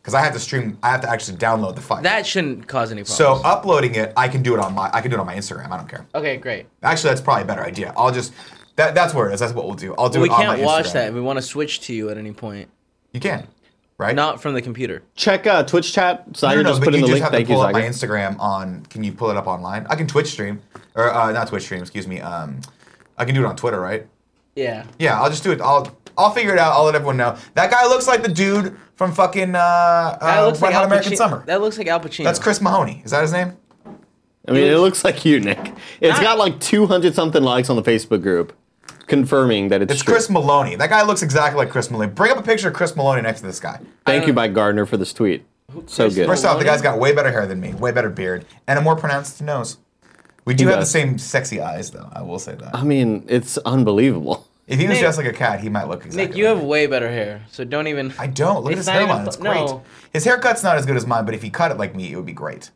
[SPEAKER 1] Because I have to stream I have to actually download the fight.
[SPEAKER 2] That shouldn't cause any problems.
[SPEAKER 1] so uploading it, I can do it on my I can do it on my Instagram. I don't care.
[SPEAKER 2] okay, great.
[SPEAKER 1] Actually, that's probably a better idea. I'll just that, that's where it is. That's what we'll do. I'll do
[SPEAKER 2] we
[SPEAKER 1] it on my
[SPEAKER 2] can't watch
[SPEAKER 1] Instagram.
[SPEAKER 2] that. We want to switch to you at any point,
[SPEAKER 1] You can, right?
[SPEAKER 2] not from the computer.
[SPEAKER 5] Check uh, Twitch chat.
[SPEAKER 1] I
[SPEAKER 5] Zyger
[SPEAKER 1] don't know,
[SPEAKER 5] just
[SPEAKER 1] but
[SPEAKER 5] put in
[SPEAKER 1] you just
[SPEAKER 5] the link.
[SPEAKER 1] have to
[SPEAKER 5] Thank you,
[SPEAKER 1] pull up my
[SPEAKER 5] Zyger.
[SPEAKER 1] Instagram on. Can you pull it up online? I can Twitch stream, or uh, not Twitch stream. Excuse me. Um, I can do it on Twitter, right?
[SPEAKER 2] Yeah.
[SPEAKER 1] Yeah, I'll just do it. I'll I'll figure it out. I'll let everyone know. That guy looks like the dude from fucking uh, uh, Red Hot
[SPEAKER 2] Al
[SPEAKER 1] American
[SPEAKER 2] Pacino-
[SPEAKER 1] Summer.
[SPEAKER 2] That looks like Al Pacino.
[SPEAKER 1] That's Chris Mahoney. Is that his name?
[SPEAKER 5] I mean, it looks like you, Nick. It's got like 200 something likes on the Facebook group, confirming that it's,
[SPEAKER 1] It's
[SPEAKER 5] true.
[SPEAKER 1] Chris Maloney. That guy looks exactly like Chris Maloney. Bring up a picture of Chris Maloney next to this guy.
[SPEAKER 5] Thank you, by Gardner, for this tweet. So
[SPEAKER 2] Chris
[SPEAKER 5] good.
[SPEAKER 1] First off, the
[SPEAKER 2] Maloney?
[SPEAKER 1] guy's got way better hair than me, way better beard, and a more pronounced nose. We do
[SPEAKER 5] He
[SPEAKER 1] have the
[SPEAKER 5] does.
[SPEAKER 1] same sexy eyes, though. I will say that.
[SPEAKER 5] I mean, it's unbelievable.
[SPEAKER 1] if he was
[SPEAKER 2] Uh, Nick-
[SPEAKER 1] dressed like a cat, he might look exactly.
[SPEAKER 2] Nick, you
[SPEAKER 1] like
[SPEAKER 2] have
[SPEAKER 1] me.
[SPEAKER 2] way better hair, so don't even.
[SPEAKER 1] I don't. Look
[SPEAKER 2] It's
[SPEAKER 1] at
[SPEAKER 2] not
[SPEAKER 1] his
[SPEAKER 2] even
[SPEAKER 1] hairline.
[SPEAKER 2] fu-
[SPEAKER 1] It's great.
[SPEAKER 2] no.
[SPEAKER 1] His haircut's not as good as mine, but if he cut it like me, it would be great.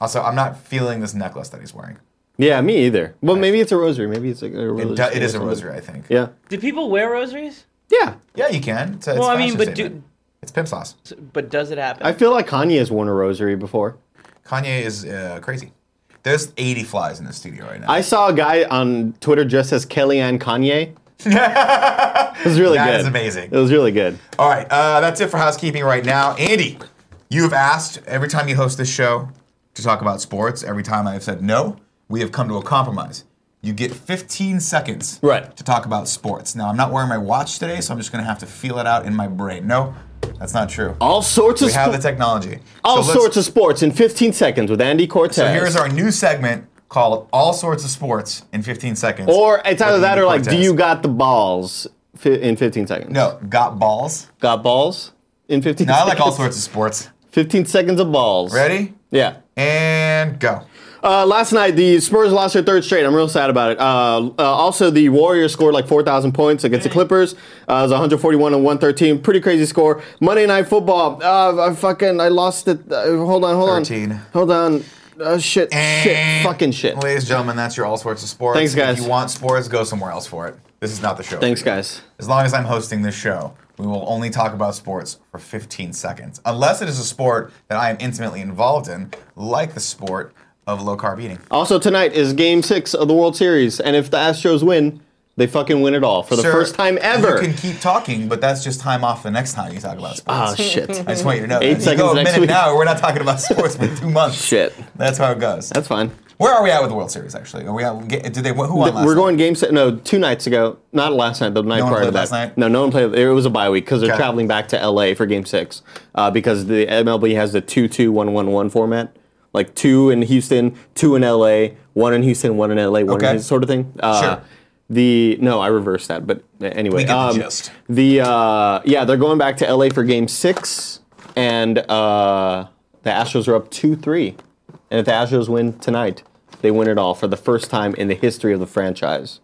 [SPEAKER 1] Also, I'm not feeling this necklace that he's wearing.
[SPEAKER 5] Yeah, me either. Well, maybe it's a rosary. Maybe it's like a
[SPEAKER 1] It,
[SPEAKER 5] religious
[SPEAKER 1] do, it
[SPEAKER 5] thing or
[SPEAKER 1] is a
[SPEAKER 5] something.
[SPEAKER 1] rosary, I think.
[SPEAKER 5] Yeah.
[SPEAKER 2] Do people wear rosaries?
[SPEAKER 5] Yeah.
[SPEAKER 1] Yeah, you can. It's a- it's
[SPEAKER 2] Well, I mean,
[SPEAKER 1] fashion
[SPEAKER 2] but do-
[SPEAKER 1] statement. it's pimp sauce.
[SPEAKER 2] But does it happen?
[SPEAKER 5] I feel like Kanye has worn a rosary before.
[SPEAKER 1] Kanye is uh, crazy. There's 80 flies in the studio right now.
[SPEAKER 5] I saw a guy on Twitter dressed as Kellyanne Kanye. it was really
[SPEAKER 1] That
[SPEAKER 5] good.
[SPEAKER 1] is amazing.
[SPEAKER 5] It was really good.
[SPEAKER 1] All right, uh, that's it for housekeeping right now. Andy, you have asked every time you host this show to talk about sports. Every time I have said no, we have come to a compromise. You get 15 seconds
[SPEAKER 5] Right.
[SPEAKER 1] to talk about sports. Now, I'm not wearing my watch today, so I'm just going to have to feel it out in my brain. No, that's not true.
[SPEAKER 5] All sorts of
[SPEAKER 1] we have the
[SPEAKER 5] spo-
[SPEAKER 1] technology.
[SPEAKER 5] all
[SPEAKER 1] So let's-
[SPEAKER 5] sorts of sports in 15 seconds with Andy Cortez.
[SPEAKER 1] So here's our new segment called All Sorts of Sports in 15 Seconds.
[SPEAKER 5] or it's either
[SPEAKER 1] with
[SPEAKER 5] that
[SPEAKER 1] Andy
[SPEAKER 5] or like, do
[SPEAKER 1] Cortez.
[SPEAKER 5] you got the balls fi- in 15 seconds?
[SPEAKER 1] No, got balls.
[SPEAKER 5] Got balls in 15
[SPEAKER 1] No, I
[SPEAKER 5] seconds?
[SPEAKER 1] like all sorts of sports.
[SPEAKER 5] 15 seconds of balls.
[SPEAKER 1] Ready?
[SPEAKER 5] Yeah.
[SPEAKER 1] And go.
[SPEAKER 5] Uh, last night, the Spurs lost their third straight. I'm real sad about it. Uh, uh, also, the Warriors scored like 4,000 points against the Clippers. Uh, it was 141 and 113. Pretty crazy score. Monday Night Football. Uh, I fucking, I lost it. Uh, hold on, hold
[SPEAKER 1] 13.
[SPEAKER 5] on. Hold on. Uh, shit, shit,
[SPEAKER 1] And-
[SPEAKER 5] fucking shit.
[SPEAKER 1] Ladies and gentlemen, that's your all sorts of sports.
[SPEAKER 5] Thanks, guys.
[SPEAKER 1] If you want sports, go somewhere else for it. This is not the show.
[SPEAKER 5] Thanks,
[SPEAKER 1] for you.
[SPEAKER 5] guys.
[SPEAKER 1] As long as I'm hosting this show, we will only talk about sports for 15 seconds, unless it is a sport that I am intimately involved in, like the sport of low carb eating.
[SPEAKER 5] Also, tonight is game six of the World Series. And if the Astros win, they fucking win it all for the
[SPEAKER 1] Sir,
[SPEAKER 5] first time ever.
[SPEAKER 1] You can keep talking, but that's just time off the next time you talk about sports.
[SPEAKER 5] oh, shit.
[SPEAKER 1] I just want you to know.
[SPEAKER 5] Eight
[SPEAKER 1] that. you
[SPEAKER 5] seconds
[SPEAKER 1] go a
[SPEAKER 5] next
[SPEAKER 1] minute
[SPEAKER 5] week.
[SPEAKER 1] now. We're not talking about sports for two months.
[SPEAKER 5] Shit.
[SPEAKER 1] That's how it goes.
[SPEAKER 5] That's fine.
[SPEAKER 1] Where are we at with the World Series? Actually, are we at? Did they? Who won last?
[SPEAKER 5] We're
[SPEAKER 1] night?
[SPEAKER 5] going game set. No, two nights ago. Not last night. The night
[SPEAKER 1] one
[SPEAKER 5] prior to
[SPEAKER 1] played
[SPEAKER 5] that.
[SPEAKER 1] last night?
[SPEAKER 5] No, no one played. It was a bye week because they're
[SPEAKER 1] Okay.
[SPEAKER 5] traveling back to LA for game six uh, because the MLB has the two-two-one-one-one format, like two in Houston, two in LA, one in Houston, one in LA, one
[SPEAKER 1] Okay.
[SPEAKER 5] in Houston, sort of thing. Uh,
[SPEAKER 1] Sure.
[SPEAKER 5] The no, I reversed that. But anyway,
[SPEAKER 1] We get the
[SPEAKER 5] um,
[SPEAKER 1] gist.
[SPEAKER 5] the, uh, yeah, they're going back to LA for game six, and uh, the Astros are up two-three. And if the Astros win tonight, they win it all for the first time in the history of the franchise.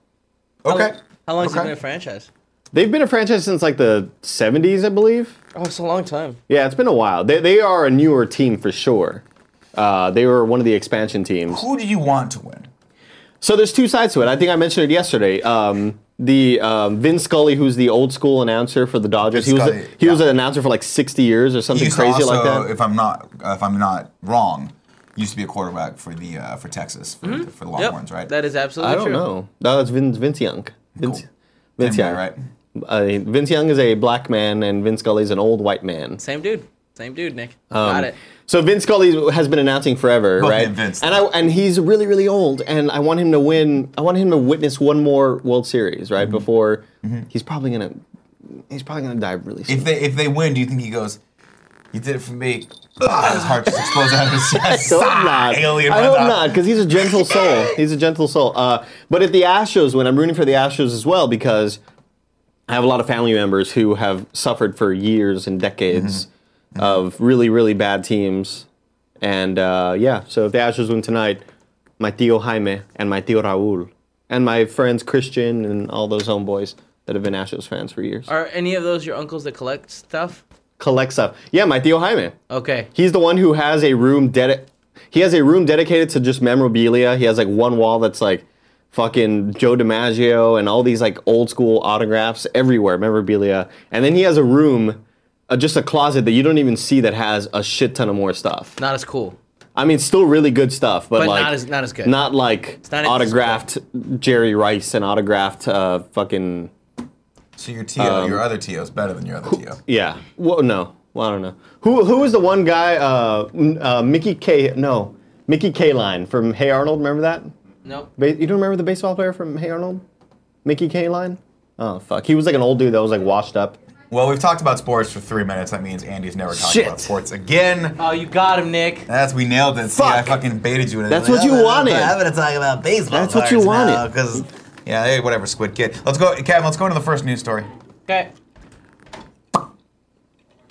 [SPEAKER 1] Okay.
[SPEAKER 2] How long has
[SPEAKER 1] Okay.
[SPEAKER 2] it been a franchise?
[SPEAKER 5] They've been a franchise since like the 70s, I believe.
[SPEAKER 2] Oh, it's a long time.
[SPEAKER 5] Yeah, it's been a while. They, they are a newer team for sure. Uh, they were one of the expansion teams.
[SPEAKER 1] Who do you want to win?
[SPEAKER 5] So there's two sides to it. I think I mentioned it yesterday. Um, the um, Vin Scully, who's the old school announcer for the Dodgers, he
[SPEAKER 1] Vin
[SPEAKER 5] was a,
[SPEAKER 1] Scully,
[SPEAKER 5] he was
[SPEAKER 1] yeah.
[SPEAKER 5] an announcer for like 60 years or
[SPEAKER 1] He
[SPEAKER 5] something
[SPEAKER 1] used to
[SPEAKER 5] crazy
[SPEAKER 1] also,
[SPEAKER 5] like that.
[SPEAKER 1] if I'm not if I'm not wrong, used to be a quarterback for the uh, for Texas for, for the Longhorns, right?
[SPEAKER 2] Mm-hmm. That is absolutely
[SPEAKER 5] I don't
[SPEAKER 2] true.
[SPEAKER 5] know. No, that's Vince, Vince Young. Vince,
[SPEAKER 1] Cool.
[SPEAKER 5] Vince
[SPEAKER 1] Same guy,
[SPEAKER 5] Young,
[SPEAKER 1] right?
[SPEAKER 5] Uh, Vince Young is a black man, and Vince Scully is an old white man.
[SPEAKER 2] Same dude. Same dude, Nick.
[SPEAKER 5] Um,
[SPEAKER 2] Got it.
[SPEAKER 5] So Vince Scully has been announcing forever,
[SPEAKER 1] Both
[SPEAKER 5] right?
[SPEAKER 1] named Vince.
[SPEAKER 5] And I and he's really really old, and I want him to win. I want him to witness one more World Series,
[SPEAKER 1] Mm-hmm.
[SPEAKER 5] right? Before he's probably gonna he's probably gonna die really soon.
[SPEAKER 1] If they if they win, do you think he goes? You did it for me. Ah, his heart just explodes out of his chest.
[SPEAKER 5] I
[SPEAKER 1] Ah,
[SPEAKER 5] hope not.
[SPEAKER 1] Alien
[SPEAKER 5] I
[SPEAKER 1] runs
[SPEAKER 5] hope
[SPEAKER 1] out.
[SPEAKER 5] not, because he's a gentle soul. He's a gentle soul. Uh, but if the Astros win, I'm rooting for the Astros as well because I have a lot of family members who have suffered for years and decades of really, really bad teams. And uh, yeah, so if the Astros win tonight, my tío Jaime and my tío Raúl and my friends Christian and all those homeboys that have been Astros fans for years
[SPEAKER 2] Are any of those your uncles that collect stuff?
[SPEAKER 5] collect stuff. Yeah, my tío Jaime.
[SPEAKER 2] Okay.
[SPEAKER 5] He's the one who has a room dedi- He has a room dedicated to just memorabilia. He has like one wall that's like fucking Joe DiMaggio and all these like old school autographs everywhere, memorabilia. And then he has a room, uh, just a closet that you don't even see that has a shit ton of more stuff.
[SPEAKER 2] Not as cool.
[SPEAKER 5] I mean, still really good stuff, but,
[SPEAKER 2] But
[SPEAKER 5] like
[SPEAKER 2] not as- not as good.
[SPEAKER 5] Not like
[SPEAKER 2] not as-
[SPEAKER 5] autographed Jerry Rice and autographed uh, fucking
[SPEAKER 1] So your TO,
[SPEAKER 5] Um,
[SPEAKER 1] your other TO is better than your other TO.
[SPEAKER 5] Yeah. Well, no. Well, I don't know. Who who was the one guy? Uh, n- uh, Mickey K. No, Mickey K. Line from Hey Arnold. Remember that?
[SPEAKER 2] Nope.
[SPEAKER 5] Ba- you don't remember the baseball player from Hey Arnold? Mickey K. Line. Oh fuck. He was like an old dude that was like washed up.
[SPEAKER 1] Well, we've talked about sports for three minutes. That means Andy's never talked
[SPEAKER 5] Shit.
[SPEAKER 1] about sports again.
[SPEAKER 2] Oh, you got him, Nick.
[SPEAKER 1] That's we nailed it. See, I
[SPEAKER 5] Fuck.
[SPEAKER 1] fucking baited you. Into
[SPEAKER 5] That's what you wanted.
[SPEAKER 1] I'm gonna talk about baseball.
[SPEAKER 5] That's what you wanted.
[SPEAKER 1] Because yeah, hey, whatever. Squid Kid. Let's go, Kevin. Let's go into the first news story.
[SPEAKER 2] Okay.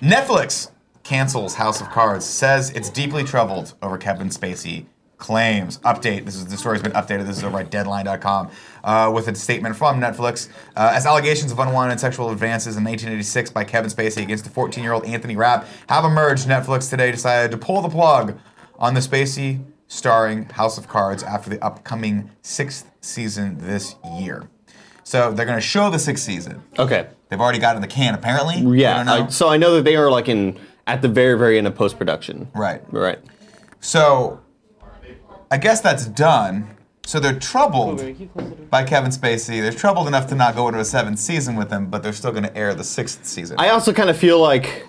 [SPEAKER 1] Netflix cancels House of Cards, says it's deeply troubled over Kevin Spacey claims. Update. This is the story's been updated. This is over at Deadline.com uh, with a statement from Netflix. Uh, as allegations of unwanted sexual advances in 1986 by Kevin Spacey against the 14-year-old Anthony Rapp have emerged, Netflix today decided to pull the plug on the Spacey starring House of Cards after the upcoming sixth season this year. So they're going to show the sixth season.
[SPEAKER 5] Okay.
[SPEAKER 1] They've already got it in the can, apparently. I
[SPEAKER 5] Yeah.
[SPEAKER 1] don't know.
[SPEAKER 5] I- so I know that they are like in at the very very end of post production.
[SPEAKER 1] right.
[SPEAKER 5] Right.
[SPEAKER 1] So, I guess that's done. So they're troubled by Kevin Spacey. They're troubled enough to not go into a seventh season with him, but they're still going to air the sixth season.
[SPEAKER 5] I also kind of feel like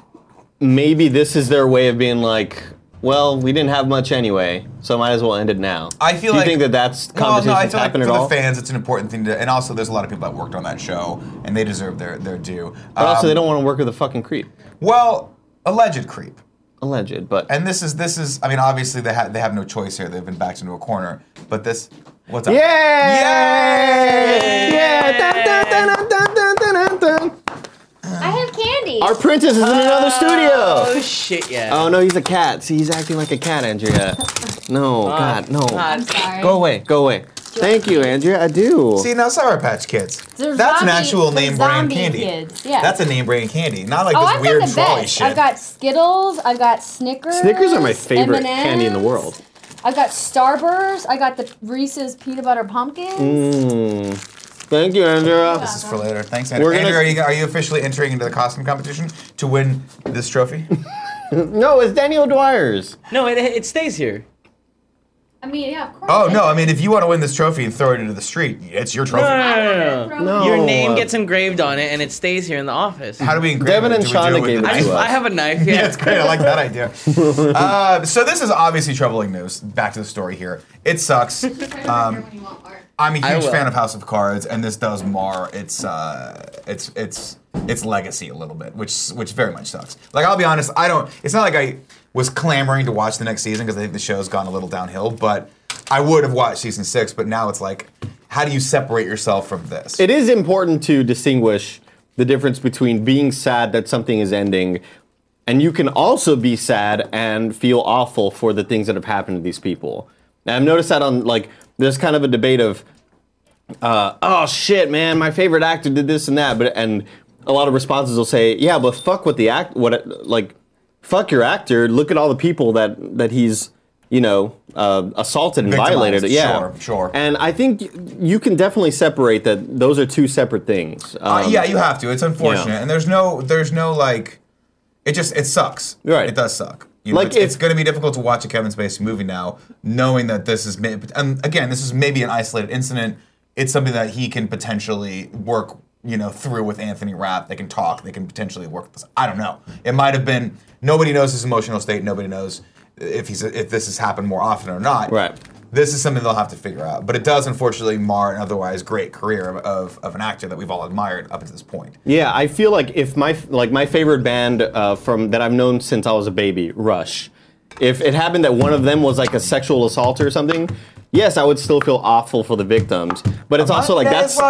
[SPEAKER 5] maybe this is their way of being like. Well, we didn't have much anyway, so might as well end it now.
[SPEAKER 1] I feel
[SPEAKER 5] Do you
[SPEAKER 1] like-
[SPEAKER 5] think that that's
[SPEAKER 1] Well,
[SPEAKER 5] conversations
[SPEAKER 1] no, I feel like
[SPEAKER 5] happen
[SPEAKER 1] for
[SPEAKER 5] at all?
[SPEAKER 1] the fans, it's an important thing to, and also there's a lot of people that worked on that show, and they deserve their their due.
[SPEAKER 5] But also,
[SPEAKER 1] Um,
[SPEAKER 5] they don't want to work with a fucking creep.
[SPEAKER 1] Well, alleged creep.
[SPEAKER 5] Alleged, but
[SPEAKER 1] And this is this is. I mean, obviously they have they have no choice here. They've been backed into a corner. But this, what's up?
[SPEAKER 5] Yay!
[SPEAKER 1] Yay!
[SPEAKER 5] Yeah! Dun, dun, dun, dun, dun, dun, dun.
[SPEAKER 7] I have candy.
[SPEAKER 5] Our princess is in another
[SPEAKER 2] Oh
[SPEAKER 5] studio.
[SPEAKER 2] shit, yeah.
[SPEAKER 5] Oh no, he's a cat. See, he's acting like a cat, Andrea. No,
[SPEAKER 1] Ah.
[SPEAKER 5] God, no.
[SPEAKER 2] Ah.
[SPEAKER 7] I'm sorry.
[SPEAKER 5] Go away, go away. Thank you, Andrea. I do.
[SPEAKER 1] See now, Sour Patch Kids.
[SPEAKER 7] They're
[SPEAKER 1] That's an
[SPEAKER 7] zombie-
[SPEAKER 1] actual
[SPEAKER 7] they're
[SPEAKER 1] name brand
[SPEAKER 7] zombie
[SPEAKER 1] candy.
[SPEAKER 7] kids, yeah.
[SPEAKER 1] That's a name brand candy, not like
[SPEAKER 7] Oh,
[SPEAKER 1] this
[SPEAKER 7] I've
[SPEAKER 1] weird
[SPEAKER 7] got the
[SPEAKER 1] trolley
[SPEAKER 7] best.
[SPEAKER 1] shit.
[SPEAKER 7] I've got Skittles. I've got Snickers.
[SPEAKER 5] Snickers are my favorite candy in the
[SPEAKER 7] M&Ms,
[SPEAKER 5] world.
[SPEAKER 7] I've got Starburst. I got the Reese's peanut butter pumpkins.
[SPEAKER 5] Mm. Thank you, Andrea.
[SPEAKER 1] this is for later. Thanks, Andrew.
[SPEAKER 5] We're gonna-
[SPEAKER 1] Andrew, are you, are you officially entering into the costume competition to win this trophy?
[SPEAKER 5] No, it's Daniel Dwyer's.
[SPEAKER 2] No, it, it stays here.
[SPEAKER 7] I mean, yeah, of course.
[SPEAKER 1] oh no! I mean, if you want to win this trophy and throw it into the street, it's your trophy.
[SPEAKER 2] No, no, no, no, no.
[SPEAKER 5] No.
[SPEAKER 2] Your
[SPEAKER 5] Oh,
[SPEAKER 2] name
[SPEAKER 5] uh,
[SPEAKER 2] gets engraved on it, and it stays here in the office.
[SPEAKER 1] How do we engrave
[SPEAKER 5] Devin
[SPEAKER 1] it?
[SPEAKER 5] and
[SPEAKER 1] Do we do it
[SPEAKER 5] Shauna
[SPEAKER 1] with
[SPEAKER 5] gave
[SPEAKER 1] a
[SPEAKER 2] I,
[SPEAKER 5] it to
[SPEAKER 1] knife?
[SPEAKER 2] just,
[SPEAKER 5] us.
[SPEAKER 2] I have a knife. Yeah.
[SPEAKER 1] Yeah, it's great. I like that idea. Uh, so this is obviously troubling news. Back to the story here. It sucks. Um, I'm a
[SPEAKER 2] I
[SPEAKER 1] huge
[SPEAKER 2] will.
[SPEAKER 1] fan of House of Cards, and this does mar its uh, its its its legacy a little bit, which which very much sucks. Like I'll be honest, I don't. It's not like I was clamoring to watch the next season because I think the show's gone a little downhill. But I would have watched season six. But now it's like, how do you separate yourself from this?
[SPEAKER 5] It is important to distinguish the difference between being sad that something is ending, and you can also be sad and feel awful for the things that have happened to these people. And I've noticed that on like there's kind of a debate of, uh, oh shit, man, my favorite actor did this and that, but and a lot of responses will say, yeah, but fuck what the act, what like, fuck your actor. Look at all the people that that he's you know uh, assaulted and
[SPEAKER 1] Victimized,
[SPEAKER 5] violated. Yeah,
[SPEAKER 1] sure, sure.
[SPEAKER 5] And I think y- you can definitely separate that those are two separate things.
[SPEAKER 1] Uh,
[SPEAKER 5] Um,
[SPEAKER 1] yeah, you have to. It's unfortunate,
[SPEAKER 5] yeah.
[SPEAKER 1] and there's no there's no like, it just it sucks.
[SPEAKER 5] Right.
[SPEAKER 1] It does suck. You know,
[SPEAKER 5] Like
[SPEAKER 1] it's, it's
[SPEAKER 5] if-
[SPEAKER 1] going to be difficult to watch a Kevin Spacey movie now, knowing that this is may- and again this is maybe an isolated incident. It's something that he can potentially work you know through with Anthony Rapp. They can talk. They can potentially work this. I don't know. It might have been Nobody knows his emotional state. Nobody knows if he's if this has happened more often or not.
[SPEAKER 5] Right.
[SPEAKER 1] This is something they'll have to figure out. But it does unfortunately mar an otherwise great career of, of, of an actor that we've all admired up to this point.
[SPEAKER 5] Yeah, I feel like if my like my favorite band uh, from that I've known since I was a baby, Rush. If it happened that one of them was like a sexual assault or something, yes, I would still feel awful for the victims. But it's also like that's the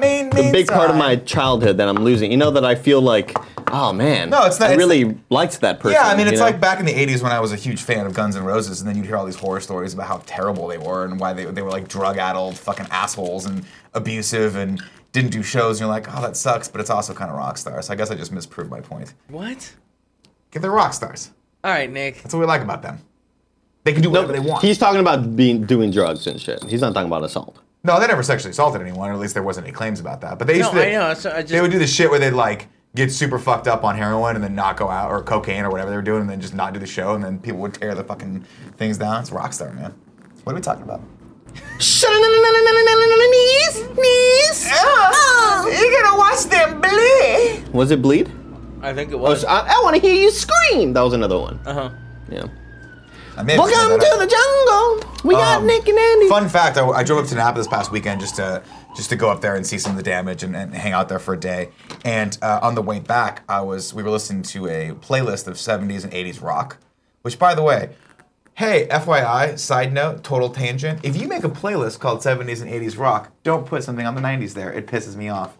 [SPEAKER 5] big part of my childhood that I'm losing. You know that I feel like, oh man,
[SPEAKER 1] No, it's not-
[SPEAKER 5] I
[SPEAKER 1] it's-
[SPEAKER 5] really liked that person.
[SPEAKER 1] Yeah, I mean,
[SPEAKER 5] you
[SPEAKER 1] it's
[SPEAKER 5] know?
[SPEAKER 1] like back in the '80s when I was a huge fan of Guns N' Roses, and then you'd hear all these horror stories about how terrible they were and why they, they were like drug-addled fucking assholes and abusive and didn't do shows. And you're like, oh, that sucks, but it's also kind of rock stars. So I guess I just misproved my point.
[SPEAKER 2] What?
[SPEAKER 1] Give they're rock stars.
[SPEAKER 2] All right, Nick.
[SPEAKER 1] That's what we like about them. They can do whatever they want.
[SPEAKER 5] He's talking about being doing drugs and shit. He's not talking about assault.
[SPEAKER 1] No, they never sexually assaulted anyone, or at least there wasn't any claims about that. But they used
[SPEAKER 2] No,
[SPEAKER 1] to.
[SPEAKER 2] I know, so I just-
[SPEAKER 1] they would do the shit where they'd like get super fucked up on heroin and then not go out or cocaine or whatever they were doing, and then just not do the show, and then people would tear the fucking things down. It's rock star, man. What are we talking about?
[SPEAKER 5] Ah!
[SPEAKER 1] you gonna watch them bleed.
[SPEAKER 5] Was it bleed?
[SPEAKER 2] I think it
[SPEAKER 5] Oh,
[SPEAKER 2] was.
[SPEAKER 5] so I, I want to hear you scream. That was another one.
[SPEAKER 1] Uh-huh.
[SPEAKER 2] Uh huh.
[SPEAKER 5] Yeah.
[SPEAKER 1] I may have just
[SPEAKER 5] Welcome
[SPEAKER 1] made that
[SPEAKER 5] to
[SPEAKER 1] up.
[SPEAKER 5] the jungle. We got
[SPEAKER 1] Um,
[SPEAKER 5] Nick and Andy.
[SPEAKER 1] Fun fact: I, I drove up to Napa this past weekend just to just to go up there and see some of the damage and, and hang out there for a day. And uh, on the way back, I was we were listening to a playlist of 70s and 80s rock, which, by the way. Hey, FYI, side note, total tangent. If you make a playlist called 70s and 80s rock, don't put something on the 90s there. It pisses me off.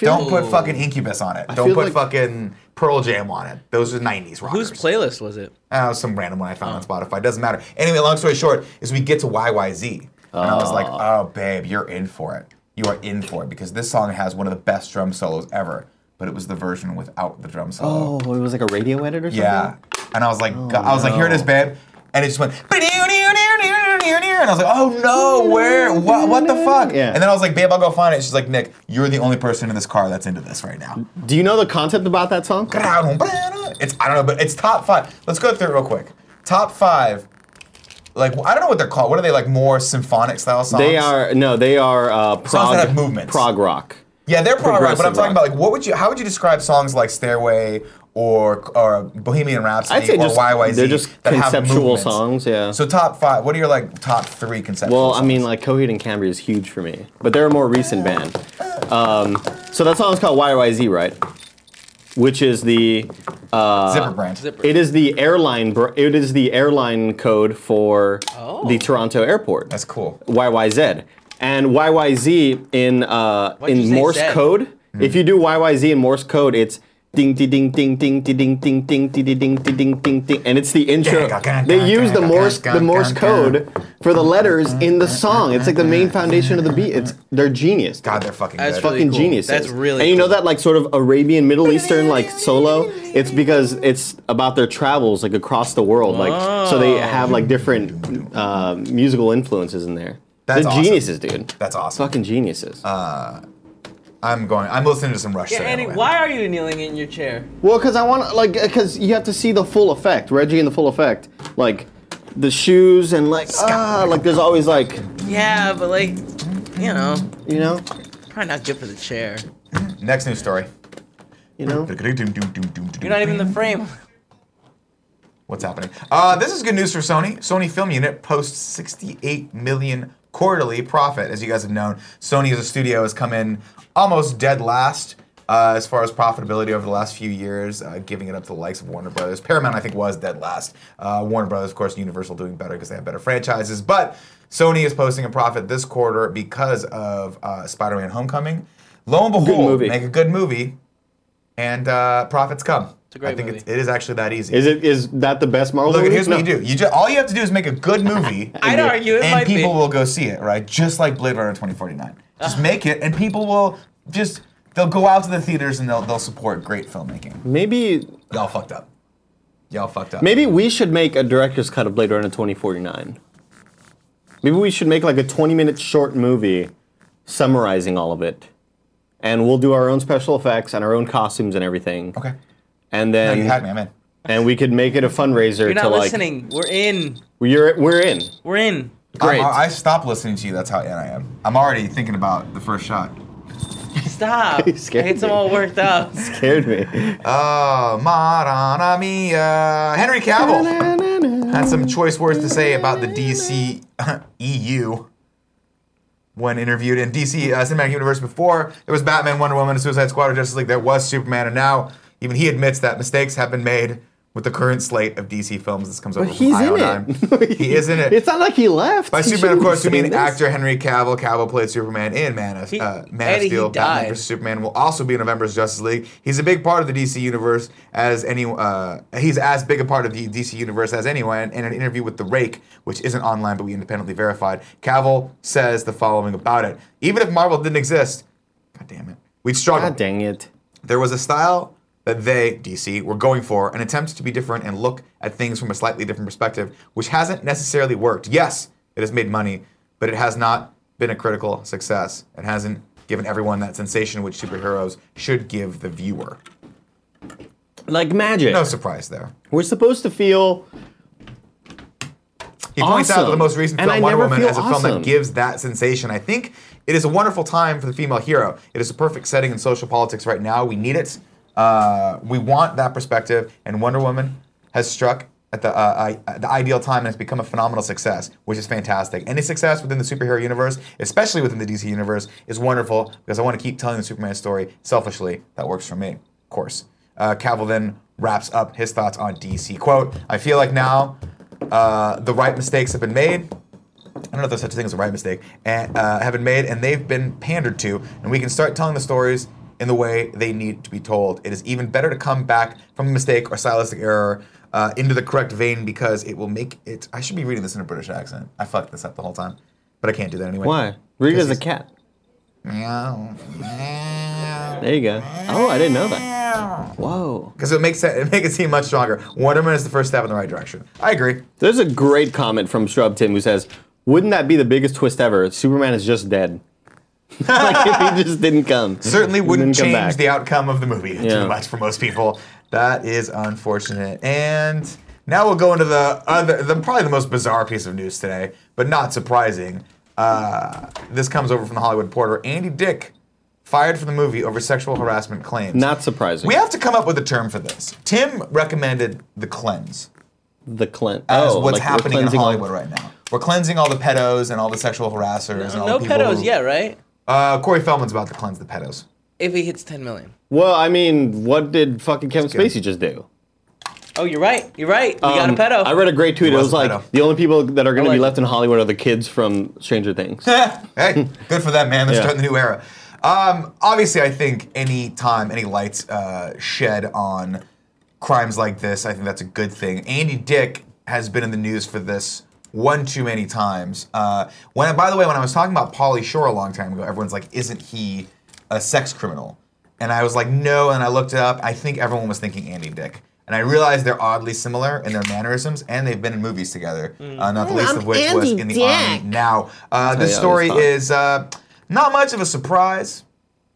[SPEAKER 1] Don't put fucking Incubus on it. Don't
[SPEAKER 5] feel
[SPEAKER 1] put
[SPEAKER 5] like-
[SPEAKER 1] fucking Pearl Jam on it. Those are 90s rockers.
[SPEAKER 2] Whose playlist was it?
[SPEAKER 1] Uh, some random one I found on Spotify. Doesn't matter. Anyway, long story short, is we get to YYZ. And I was like, oh, babe, you're in for it. You are in for it because this song has one of the best drum solos ever, but it was the version without the drum solo.
[SPEAKER 5] Oh, it was like a radio edit or something.
[SPEAKER 1] yeah. And I was like, God- I was like, here it is,
[SPEAKER 5] no.
[SPEAKER 1] babe. And it just went, and I was like, oh no, where? What, what the fuck?
[SPEAKER 5] Yeah.
[SPEAKER 1] And then I was like, babe, I'll go find it. She's like, Nick, you're the only person in this car that's into this right now.
[SPEAKER 5] Do you know the concept about that song?
[SPEAKER 1] It's I don't know, but it's top five. Let's go through it real quick. Top five, like I don't know what they're called. What are they like? More symphonic style songs?
[SPEAKER 5] They are no, they are uh, prog,
[SPEAKER 1] that have movements.
[SPEAKER 5] prog rock.
[SPEAKER 1] Yeah, they're prog rock. But I'm
[SPEAKER 5] progressive
[SPEAKER 1] talking about
[SPEAKER 5] rock.
[SPEAKER 1] like what would you? How would you describe songs like Stairway or or Bohemian Rhapsody
[SPEAKER 5] I'd say
[SPEAKER 1] or
[SPEAKER 5] just
[SPEAKER 1] YYZ?
[SPEAKER 5] they're just
[SPEAKER 1] that have
[SPEAKER 5] conceptual
[SPEAKER 1] movements?
[SPEAKER 5] songs. Yeah.
[SPEAKER 1] So top five. What are your like top three conceptual?
[SPEAKER 5] well, I
[SPEAKER 1] songs?
[SPEAKER 5] mean, like Coheed and Cambria is huge for me, but they're a more recent band. Um, so that song's called YYZ, right? Which is the uh,
[SPEAKER 1] Zipper Brand.
[SPEAKER 2] Zipper.
[SPEAKER 5] it is the airline br- it is the airline code for
[SPEAKER 2] Oh.
[SPEAKER 5] the Toronto airport.
[SPEAKER 1] That's cool.
[SPEAKER 5] YYZ. And YYZ in uh,
[SPEAKER 2] Why'd you
[SPEAKER 5] in
[SPEAKER 2] say
[SPEAKER 5] Morse
[SPEAKER 2] Z? Hmm.
[SPEAKER 5] code. If you do YYZ in Morse code, it's ding ding ding ding ding ding ding ding ding ding ding ding ding ding ding ding, and it's the intro. They use the Morse the Morse code for the letters in the song. It's like the main foundation of the beat. It's they're genius.
[SPEAKER 1] God, they're fucking
[SPEAKER 2] That's
[SPEAKER 1] good.
[SPEAKER 2] really
[SPEAKER 5] fucking
[SPEAKER 2] cool.
[SPEAKER 5] geniuses.
[SPEAKER 2] That's really
[SPEAKER 5] And you know
[SPEAKER 2] cool.
[SPEAKER 5] that like sort of Arabian Middle Eastern like solo. It's because it's about their travels like across the world. Like so they have like different uh, musical influences in there.
[SPEAKER 1] That's
[SPEAKER 5] They're
[SPEAKER 1] awesome. Uh,
[SPEAKER 5] geniuses, dude.
[SPEAKER 1] That's awesome.
[SPEAKER 5] Fucking geniuses.
[SPEAKER 1] I'm going. I'm listening to some Rush.
[SPEAKER 2] Yeah,
[SPEAKER 1] today,
[SPEAKER 2] Andy,
[SPEAKER 1] man.
[SPEAKER 2] why are you kneeling in your chair?
[SPEAKER 5] well, because I want to like because you have to see the full effect. Reggie and the full effect, like the shoes and like ah, like there's always like
[SPEAKER 2] Yeah, but like, you know,
[SPEAKER 5] you know,
[SPEAKER 2] probably not good for the chair.
[SPEAKER 1] Next news story.
[SPEAKER 5] you know.
[SPEAKER 2] You're not even in the frame.
[SPEAKER 1] What's happening? Uh, this is good news for Sony. Sony Film Unit posts 68 million quarterly profit. As you guys have known, Sony as a studio has come in almost dead last uh, as far as profitability over the last few years, uh, giving it up to the likes of Warner Brothers. Paramount, I think, was dead last. Uh, Warner Brothers, of course, Universal doing better because they have better franchises. But Sony is posting a profit this quarter because of uh, Spider-Man: Homecoming. Lo and behold,
[SPEAKER 5] movie.
[SPEAKER 1] make a good movie, and uh, profits come. It's
[SPEAKER 2] a great
[SPEAKER 1] I think
[SPEAKER 2] movie.
[SPEAKER 1] It's, it is actually that easy.
[SPEAKER 5] Is it is that the best Marvel?
[SPEAKER 1] Look,
[SPEAKER 5] movie?
[SPEAKER 1] here's
[SPEAKER 5] No.
[SPEAKER 1] what you do. You just all you have to do is make a good movie.
[SPEAKER 2] I'd argue it
[SPEAKER 1] and
[SPEAKER 2] might
[SPEAKER 1] people
[SPEAKER 2] be.
[SPEAKER 1] will go see it, right? Just like Blade Runner 2049. Just make it, and people will just they'll go out to the theaters and they'll they'll support great filmmaking.
[SPEAKER 5] Maybe
[SPEAKER 1] Y'all fucked up. Y'all fucked up.
[SPEAKER 5] Maybe we should make a director's cut of Blade Runner 2049. Maybe we should make like a 20 minute short movie summarizing all of it. And we'll do our own special effects and our own costumes and everything.
[SPEAKER 1] Okay.
[SPEAKER 5] And
[SPEAKER 1] No,
[SPEAKER 5] then
[SPEAKER 1] you had me. I'm in.
[SPEAKER 5] and we could make it a fundraiser
[SPEAKER 2] You're
[SPEAKER 5] to
[SPEAKER 2] not
[SPEAKER 5] like
[SPEAKER 2] listening. We're in.
[SPEAKER 5] We're, we're in.
[SPEAKER 2] We're in.
[SPEAKER 5] Great.
[SPEAKER 1] I, I stopped listening to you. That's how in I am. I'm already thinking about the first shot.
[SPEAKER 2] Stop.
[SPEAKER 5] You scared
[SPEAKER 2] I get
[SPEAKER 5] me.
[SPEAKER 2] them all worked up.
[SPEAKER 5] Scared me.
[SPEAKER 1] Oh, Madonna Mia. Henry Cavill had some choice words to say about the DC EU when interviewed in DC uh, Cinematic Universe before. There was Batman, Wonder Woman, Suicide Squad, or Justice League. There was Superman, and now even he admits that mistakes have been made with the current slate of DC films. This comes over
[SPEAKER 5] But
[SPEAKER 1] from
[SPEAKER 5] he's in
[SPEAKER 1] IO9.
[SPEAKER 5] it.
[SPEAKER 1] he is in it.
[SPEAKER 5] It's not like he left.
[SPEAKER 1] By
[SPEAKER 5] He
[SPEAKER 1] Superman, of
[SPEAKER 5] shouldn't be
[SPEAKER 1] course, we mean
[SPEAKER 5] saying this.
[SPEAKER 1] actor Henry Cavill. Cavill played Superman in Man of,
[SPEAKER 2] He-
[SPEAKER 1] uh, Man of
[SPEAKER 2] and he
[SPEAKER 1] Steel. Batman
[SPEAKER 2] died.
[SPEAKER 1] vs Superman will also be in November's Justice League. He's a big part of the DC universe as any. Uh, he's as big a part of the DC universe as anyone. In an interview with The Rake, which isn't online but we independently verified, Cavill says the following about it: Even if Marvel didn't exist, God damn it, we'd struggle.
[SPEAKER 5] God dang it.
[SPEAKER 1] There was a style that they, DC, were going for, an attempt to be different and look at things from a slightly different perspective, which hasn't necessarily worked. Yes, it has made money, but it has not been a critical success. It hasn't given everyone that sensation which superheroes should give the viewer.
[SPEAKER 5] Like magic.
[SPEAKER 1] No surprise there.
[SPEAKER 5] We're supposed to feel
[SPEAKER 1] He points out that the
[SPEAKER 5] Awesome.
[SPEAKER 1] most recent
[SPEAKER 5] And
[SPEAKER 1] film,
[SPEAKER 5] I
[SPEAKER 1] Wonder
[SPEAKER 5] never
[SPEAKER 1] Woman,
[SPEAKER 5] feel
[SPEAKER 1] as a film that
[SPEAKER 5] awesome.
[SPEAKER 1] gives that sensation. I think it is a wonderful time for the female hero. It is a perfect setting in social politics right now. We need it. Uh, we want that perspective, and Wonder Woman has struck at the uh, I, the ideal time and has become a phenomenal success, which is fantastic. Any success within the superhero universe, especially within the DC universe, is wonderful because I want to keep telling the Superman story selfishly. That works for me, of course. Uh, Cavill then wraps up his thoughts on DC. Quote, I feel like now uh, the right mistakes have been made. I don't know if there's such a thing as a right mistake, and, uh, have been made, and they've been pandered to, and we can start telling the stories in the way they need to be told. It is even better to come back from a mistake or stylistic error uh, into the correct vein because it will make it. I should be reading this in a British accent. I fucked this up the whole time, but I can't do that anyway.
[SPEAKER 5] why? Read it as a
[SPEAKER 1] Because
[SPEAKER 5] cat.
[SPEAKER 1] he's- Meow, meow.
[SPEAKER 5] There you go. Oh, I didn't know that. Whoa.
[SPEAKER 1] Because it makes it, it make it seem much stronger. Wonder Woman is the first step in the right direction. I agree.
[SPEAKER 5] There's a great comment from Shrub Tim who says, "Wouldn't that be the biggest twist ever? Superman is just dead. like if he just didn't come.
[SPEAKER 1] certainly
[SPEAKER 5] And
[SPEAKER 1] wouldn't
[SPEAKER 5] then come
[SPEAKER 1] change
[SPEAKER 5] back.
[SPEAKER 1] the outcome of the movie
[SPEAKER 5] Yeah.
[SPEAKER 1] too much for most people. That is unfortunate. And now we'll go into the other, the, probably the most bizarre piece of news today, but not surprising. Uh, this comes over from the Hollywood Porter. Andy Dick fired from the movie over sexual harassment claims.
[SPEAKER 5] Not surprising.
[SPEAKER 1] we have to come up with a term for this. Tim recommended the cleanse
[SPEAKER 5] the Clint.
[SPEAKER 1] as
[SPEAKER 5] oh,
[SPEAKER 1] what's
[SPEAKER 5] like we're
[SPEAKER 1] happening in
[SPEAKER 5] cleansing all-
[SPEAKER 1] Hollywood right now. We're cleansing all the pedos and all the sexual harassers and all
[SPEAKER 2] no
[SPEAKER 1] the people.
[SPEAKER 2] pedos
[SPEAKER 1] who-
[SPEAKER 2] yet, right?
[SPEAKER 1] Uh, Corey Feldman's about to cleanse the pedos.
[SPEAKER 2] If he hits 10 million.
[SPEAKER 5] Well, I mean, what did fucking Kevin
[SPEAKER 1] good.
[SPEAKER 5] Spacey just do?
[SPEAKER 2] Oh, you're right. You're right. We got a
[SPEAKER 5] Um,
[SPEAKER 2] pedo.
[SPEAKER 5] I read a great tweet.
[SPEAKER 1] He
[SPEAKER 5] It
[SPEAKER 1] was
[SPEAKER 5] was
[SPEAKER 1] a
[SPEAKER 5] like
[SPEAKER 1] pedo.
[SPEAKER 5] the only people that are going
[SPEAKER 2] I
[SPEAKER 5] to be
[SPEAKER 2] like
[SPEAKER 5] left in Hollywood are the kids from Stranger Things.
[SPEAKER 1] hey, good for them, man. They're
[SPEAKER 5] Yeah.
[SPEAKER 1] starting the new era. Um, obviously, I think any time any lights uh, shed on crimes like this, I think that's a good thing. Andy Dick has been in the news for this one too many times. Uh, when, by the way, when I was talking about Polly Shore a long time ago, everyone's like, "Isn't he a sex criminal?" And I was like, "No." And I looked it up. I think everyone was thinking Andy Dick. And I realized they're oddly similar in their mannerisms, and they've been in movies together. Uh, not the least of which was in the army. Now, uh, this
[SPEAKER 5] yeah,
[SPEAKER 1] story
[SPEAKER 5] it was fun.
[SPEAKER 1] is uh, not much of a surprise,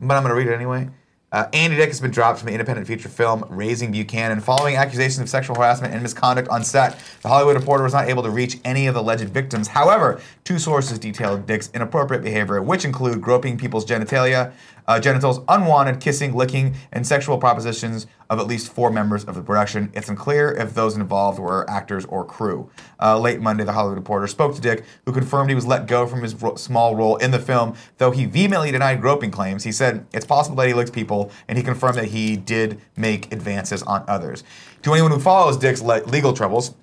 [SPEAKER 1] but I'm going to read it anyway. Uh, Andy Dick has been dropped from the independent feature film Raising Buchanan following accusations of sexual harassment and misconduct on set. The Hollywood Reporter was not able to reach any of the alleged victims. However, two sources detailed Dick's inappropriate behavior, which include groping people's genitalia, uh, genitals, unwanted kissing, licking, and sexual propositions of at least four members of the production. It's unclear if those involved were actors or crew. Uh, late Monday, the Hollywood Reporter spoke to Dick, who confirmed he was let go from his ro- small role in the film, though he vehemently denied groping claims. He said it's possible that he licked people, and he confirmed that he did make advances on others. To anyone who follows Dick's le- legal troubles,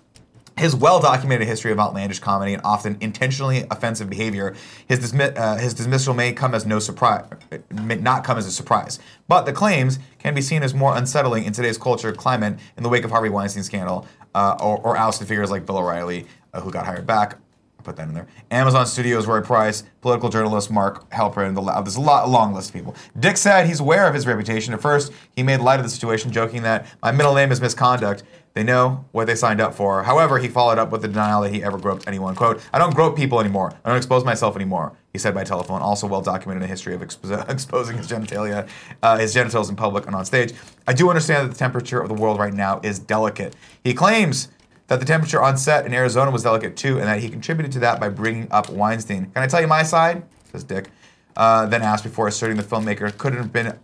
[SPEAKER 1] his well-documented history of outlandish comedy and often intentionally offensive behavior, his, dismi- uh, his dismissal may come as no surprise, may not come as a surprise. But the claims can be seen as more unsettling in today's culture climate in the wake of Harvey Weinstein scandal uh, or, or ousted figures like Bill O'Reilly, uh, who got hired back. I put that in there. Amazon Studios, Roy Price, political journalist Mark Halperin. The, lo- there's a lot, a long list of people. Dick said he's aware of his reputation. At first, he made light of the situation, joking that my middle name is misconduct. They know what they signed up for. However, he followed up with the denial that he ever groped anyone. Quote, I don't grope people anymore. I don't expose myself anymore, he said by telephone. Also well documented in a history of expo- exposing his genitalia, uh, his genitals in public and on stage. I do understand that the temperature of the world right now is delicate. He claims that the temperature on set in Arizona was delicate too, and that he contributed to that by bringing up Weinstein. Can I tell you my side? Says Dick. uh, then asked before asserting the filmmaker couldn't have been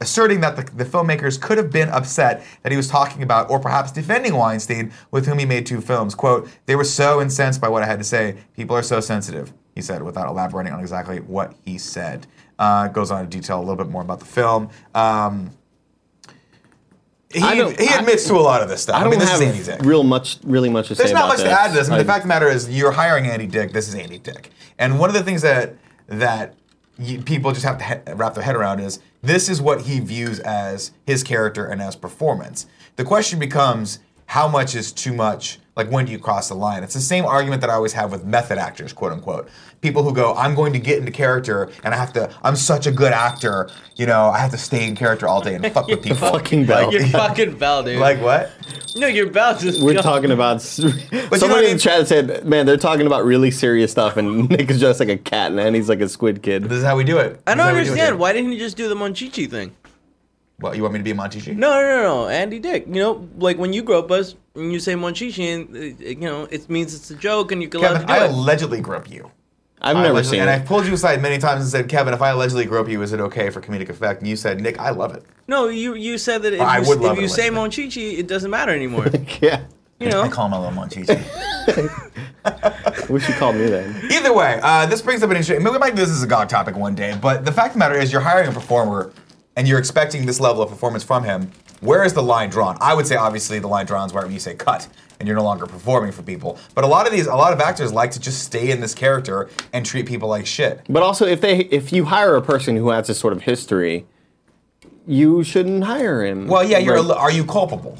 [SPEAKER 1] asserting that the, the filmmakers could have been upset that he was talking about or perhaps defending Weinstein, with whom he made two films. Quote, they were so incensed by what I had to say. People are so sensitive, he said, without elaborating on exactly what he said. Uh, goes on to detail a little bit more about the film. Um, he,
[SPEAKER 5] I don't-
[SPEAKER 1] he
[SPEAKER 5] I-
[SPEAKER 1] admits to a lot of this stuff.
[SPEAKER 5] I
[SPEAKER 1] I,
[SPEAKER 5] don't
[SPEAKER 1] mean, this is Andy
[SPEAKER 5] have
[SPEAKER 1] Dick.
[SPEAKER 5] real much, really much to say
[SPEAKER 1] There's not
[SPEAKER 5] about
[SPEAKER 1] much
[SPEAKER 5] this.
[SPEAKER 1] to add to this. I mean,
[SPEAKER 5] I-
[SPEAKER 1] the fact of the matter is, you're hiring Andy Dick. This is Andy Dick. And one of the things that that you, people just have to he- wrap their head around is this is what he views as his character and as performance. The question becomes, how much is too much? Like, when do you cross the line? It's the same argument that I always have with method actors, quote unquote. People who go, I'm going to get into character and I have to, I'm such a good actor, you know, I have to stay in character all day and fuck with people.
[SPEAKER 5] fucking bell.
[SPEAKER 2] Your fucking bell, dude.
[SPEAKER 1] Like, what?
[SPEAKER 2] no, your bell just.
[SPEAKER 5] We're
[SPEAKER 2] gone.
[SPEAKER 5] talking about. Somebody
[SPEAKER 1] what I
[SPEAKER 5] in
[SPEAKER 1] mean?
[SPEAKER 5] the chat said, "Man, they're talking about really serious stuff," and Nick is just like a cat, and Andy's like a squid kid.
[SPEAKER 1] This is how we do it.
[SPEAKER 2] I
[SPEAKER 1] This is
[SPEAKER 2] don't
[SPEAKER 1] how we do it here.
[SPEAKER 2] understand. Why didn't he just do the Monchichi thing?
[SPEAKER 1] What, you want me to be a Montichi?
[SPEAKER 2] No, no, no, no, Andy Dick. You know, like when you grow up us and you say Monchichi, and uh, you know, it means it's a joke, and you can allowed
[SPEAKER 1] Kevin,
[SPEAKER 2] to do
[SPEAKER 1] I
[SPEAKER 2] it.
[SPEAKER 1] allegedly grope you.
[SPEAKER 5] I've
[SPEAKER 1] I
[SPEAKER 5] never
[SPEAKER 1] allegedly- and
[SPEAKER 5] seen it.
[SPEAKER 1] I pulled you aside many times and said, Kevin, if I allegedly grope you, is it okay for comedic effect? And you said, Nick, I love it.
[SPEAKER 2] no, you you said that if
[SPEAKER 1] I
[SPEAKER 2] you,
[SPEAKER 1] would love
[SPEAKER 2] if
[SPEAKER 1] it
[SPEAKER 2] you
[SPEAKER 1] when
[SPEAKER 2] say
[SPEAKER 1] you-
[SPEAKER 2] Monchichi, it doesn't matter anymore.
[SPEAKER 5] yeah,
[SPEAKER 2] You know,
[SPEAKER 1] I call him a little Monchichi.
[SPEAKER 5] wish you called me then.
[SPEAKER 1] Either way, uh, this brings up an interesting. Maybe we might do this as a GOG topic one day, but the fact of the matter is, you're hiring a performer and you're expecting this level of performance from him. Where is the line drawn? I would say, obviously, the line drawn is where you say cut and you're no longer performing for people. But a lot of these, a lot of actors like to just stay in this character and treat people like shit.
[SPEAKER 5] But also, if they if you hire a person who has this sort of history, you shouldn't hire him.
[SPEAKER 1] Well, yeah, you're.
[SPEAKER 5] Like-
[SPEAKER 1] a li- are you culpable?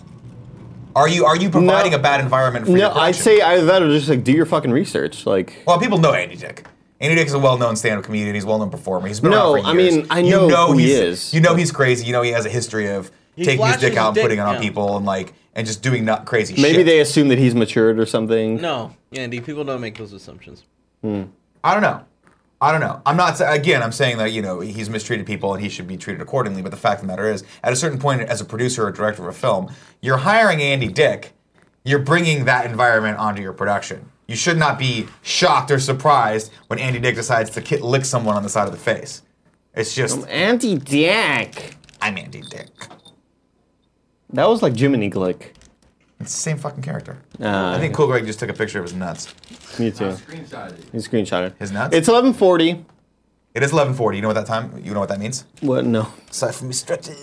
[SPEAKER 1] Are you are you providing a bad environment for your
[SPEAKER 5] no, I'd
[SPEAKER 1] production?
[SPEAKER 5] say either that or just like do your fucking research. Like,
[SPEAKER 1] Well, people know Andy Dick. Andy Dick is a well-known stand-up comedian. He's a well-known performer. He's been
[SPEAKER 5] No,
[SPEAKER 1] around for
[SPEAKER 5] I
[SPEAKER 1] years.
[SPEAKER 5] mean, I know who he
[SPEAKER 1] he's,
[SPEAKER 5] is.
[SPEAKER 1] You know he's crazy. You know he has a history of taking his
[SPEAKER 2] flashes
[SPEAKER 1] dick out
[SPEAKER 2] his
[SPEAKER 1] and putting it
[SPEAKER 2] dick
[SPEAKER 1] on
[SPEAKER 2] now.
[SPEAKER 1] people and like and just doing nut crazy
[SPEAKER 5] maybe
[SPEAKER 1] shit.
[SPEAKER 5] they assume that he's matured or something.
[SPEAKER 2] no, Andy, people don't make those assumptions.
[SPEAKER 1] I don't know. I don't know. I'm not sa- again. I'm saying that you know he's mistreated people and he should be treated accordingly. But the fact of the matter is, at a certain point, as a producer or director of a film, you're hiring Andy Dick. You're bringing that environment onto your production. You should not be shocked or surprised when Andy Dick decides to ki- lick someone on the side of the face. It's just
[SPEAKER 5] Anti Dick.
[SPEAKER 1] I'm Andy Dick.
[SPEAKER 5] That was like Jiminy Glick.
[SPEAKER 1] It's the same fucking character. I
[SPEAKER 5] Uh,
[SPEAKER 1] think Cool Greg just took a picture of his nuts.
[SPEAKER 5] me too.
[SPEAKER 6] Screenshot it.
[SPEAKER 5] He screenshot it.
[SPEAKER 1] His nuts?
[SPEAKER 5] It's 11:40.
[SPEAKER 1] It is 11:40. You know what that time? You know what that means?
[SPEAKER 5] What? No.
[SPEAKER 1] Sorry for me stretching.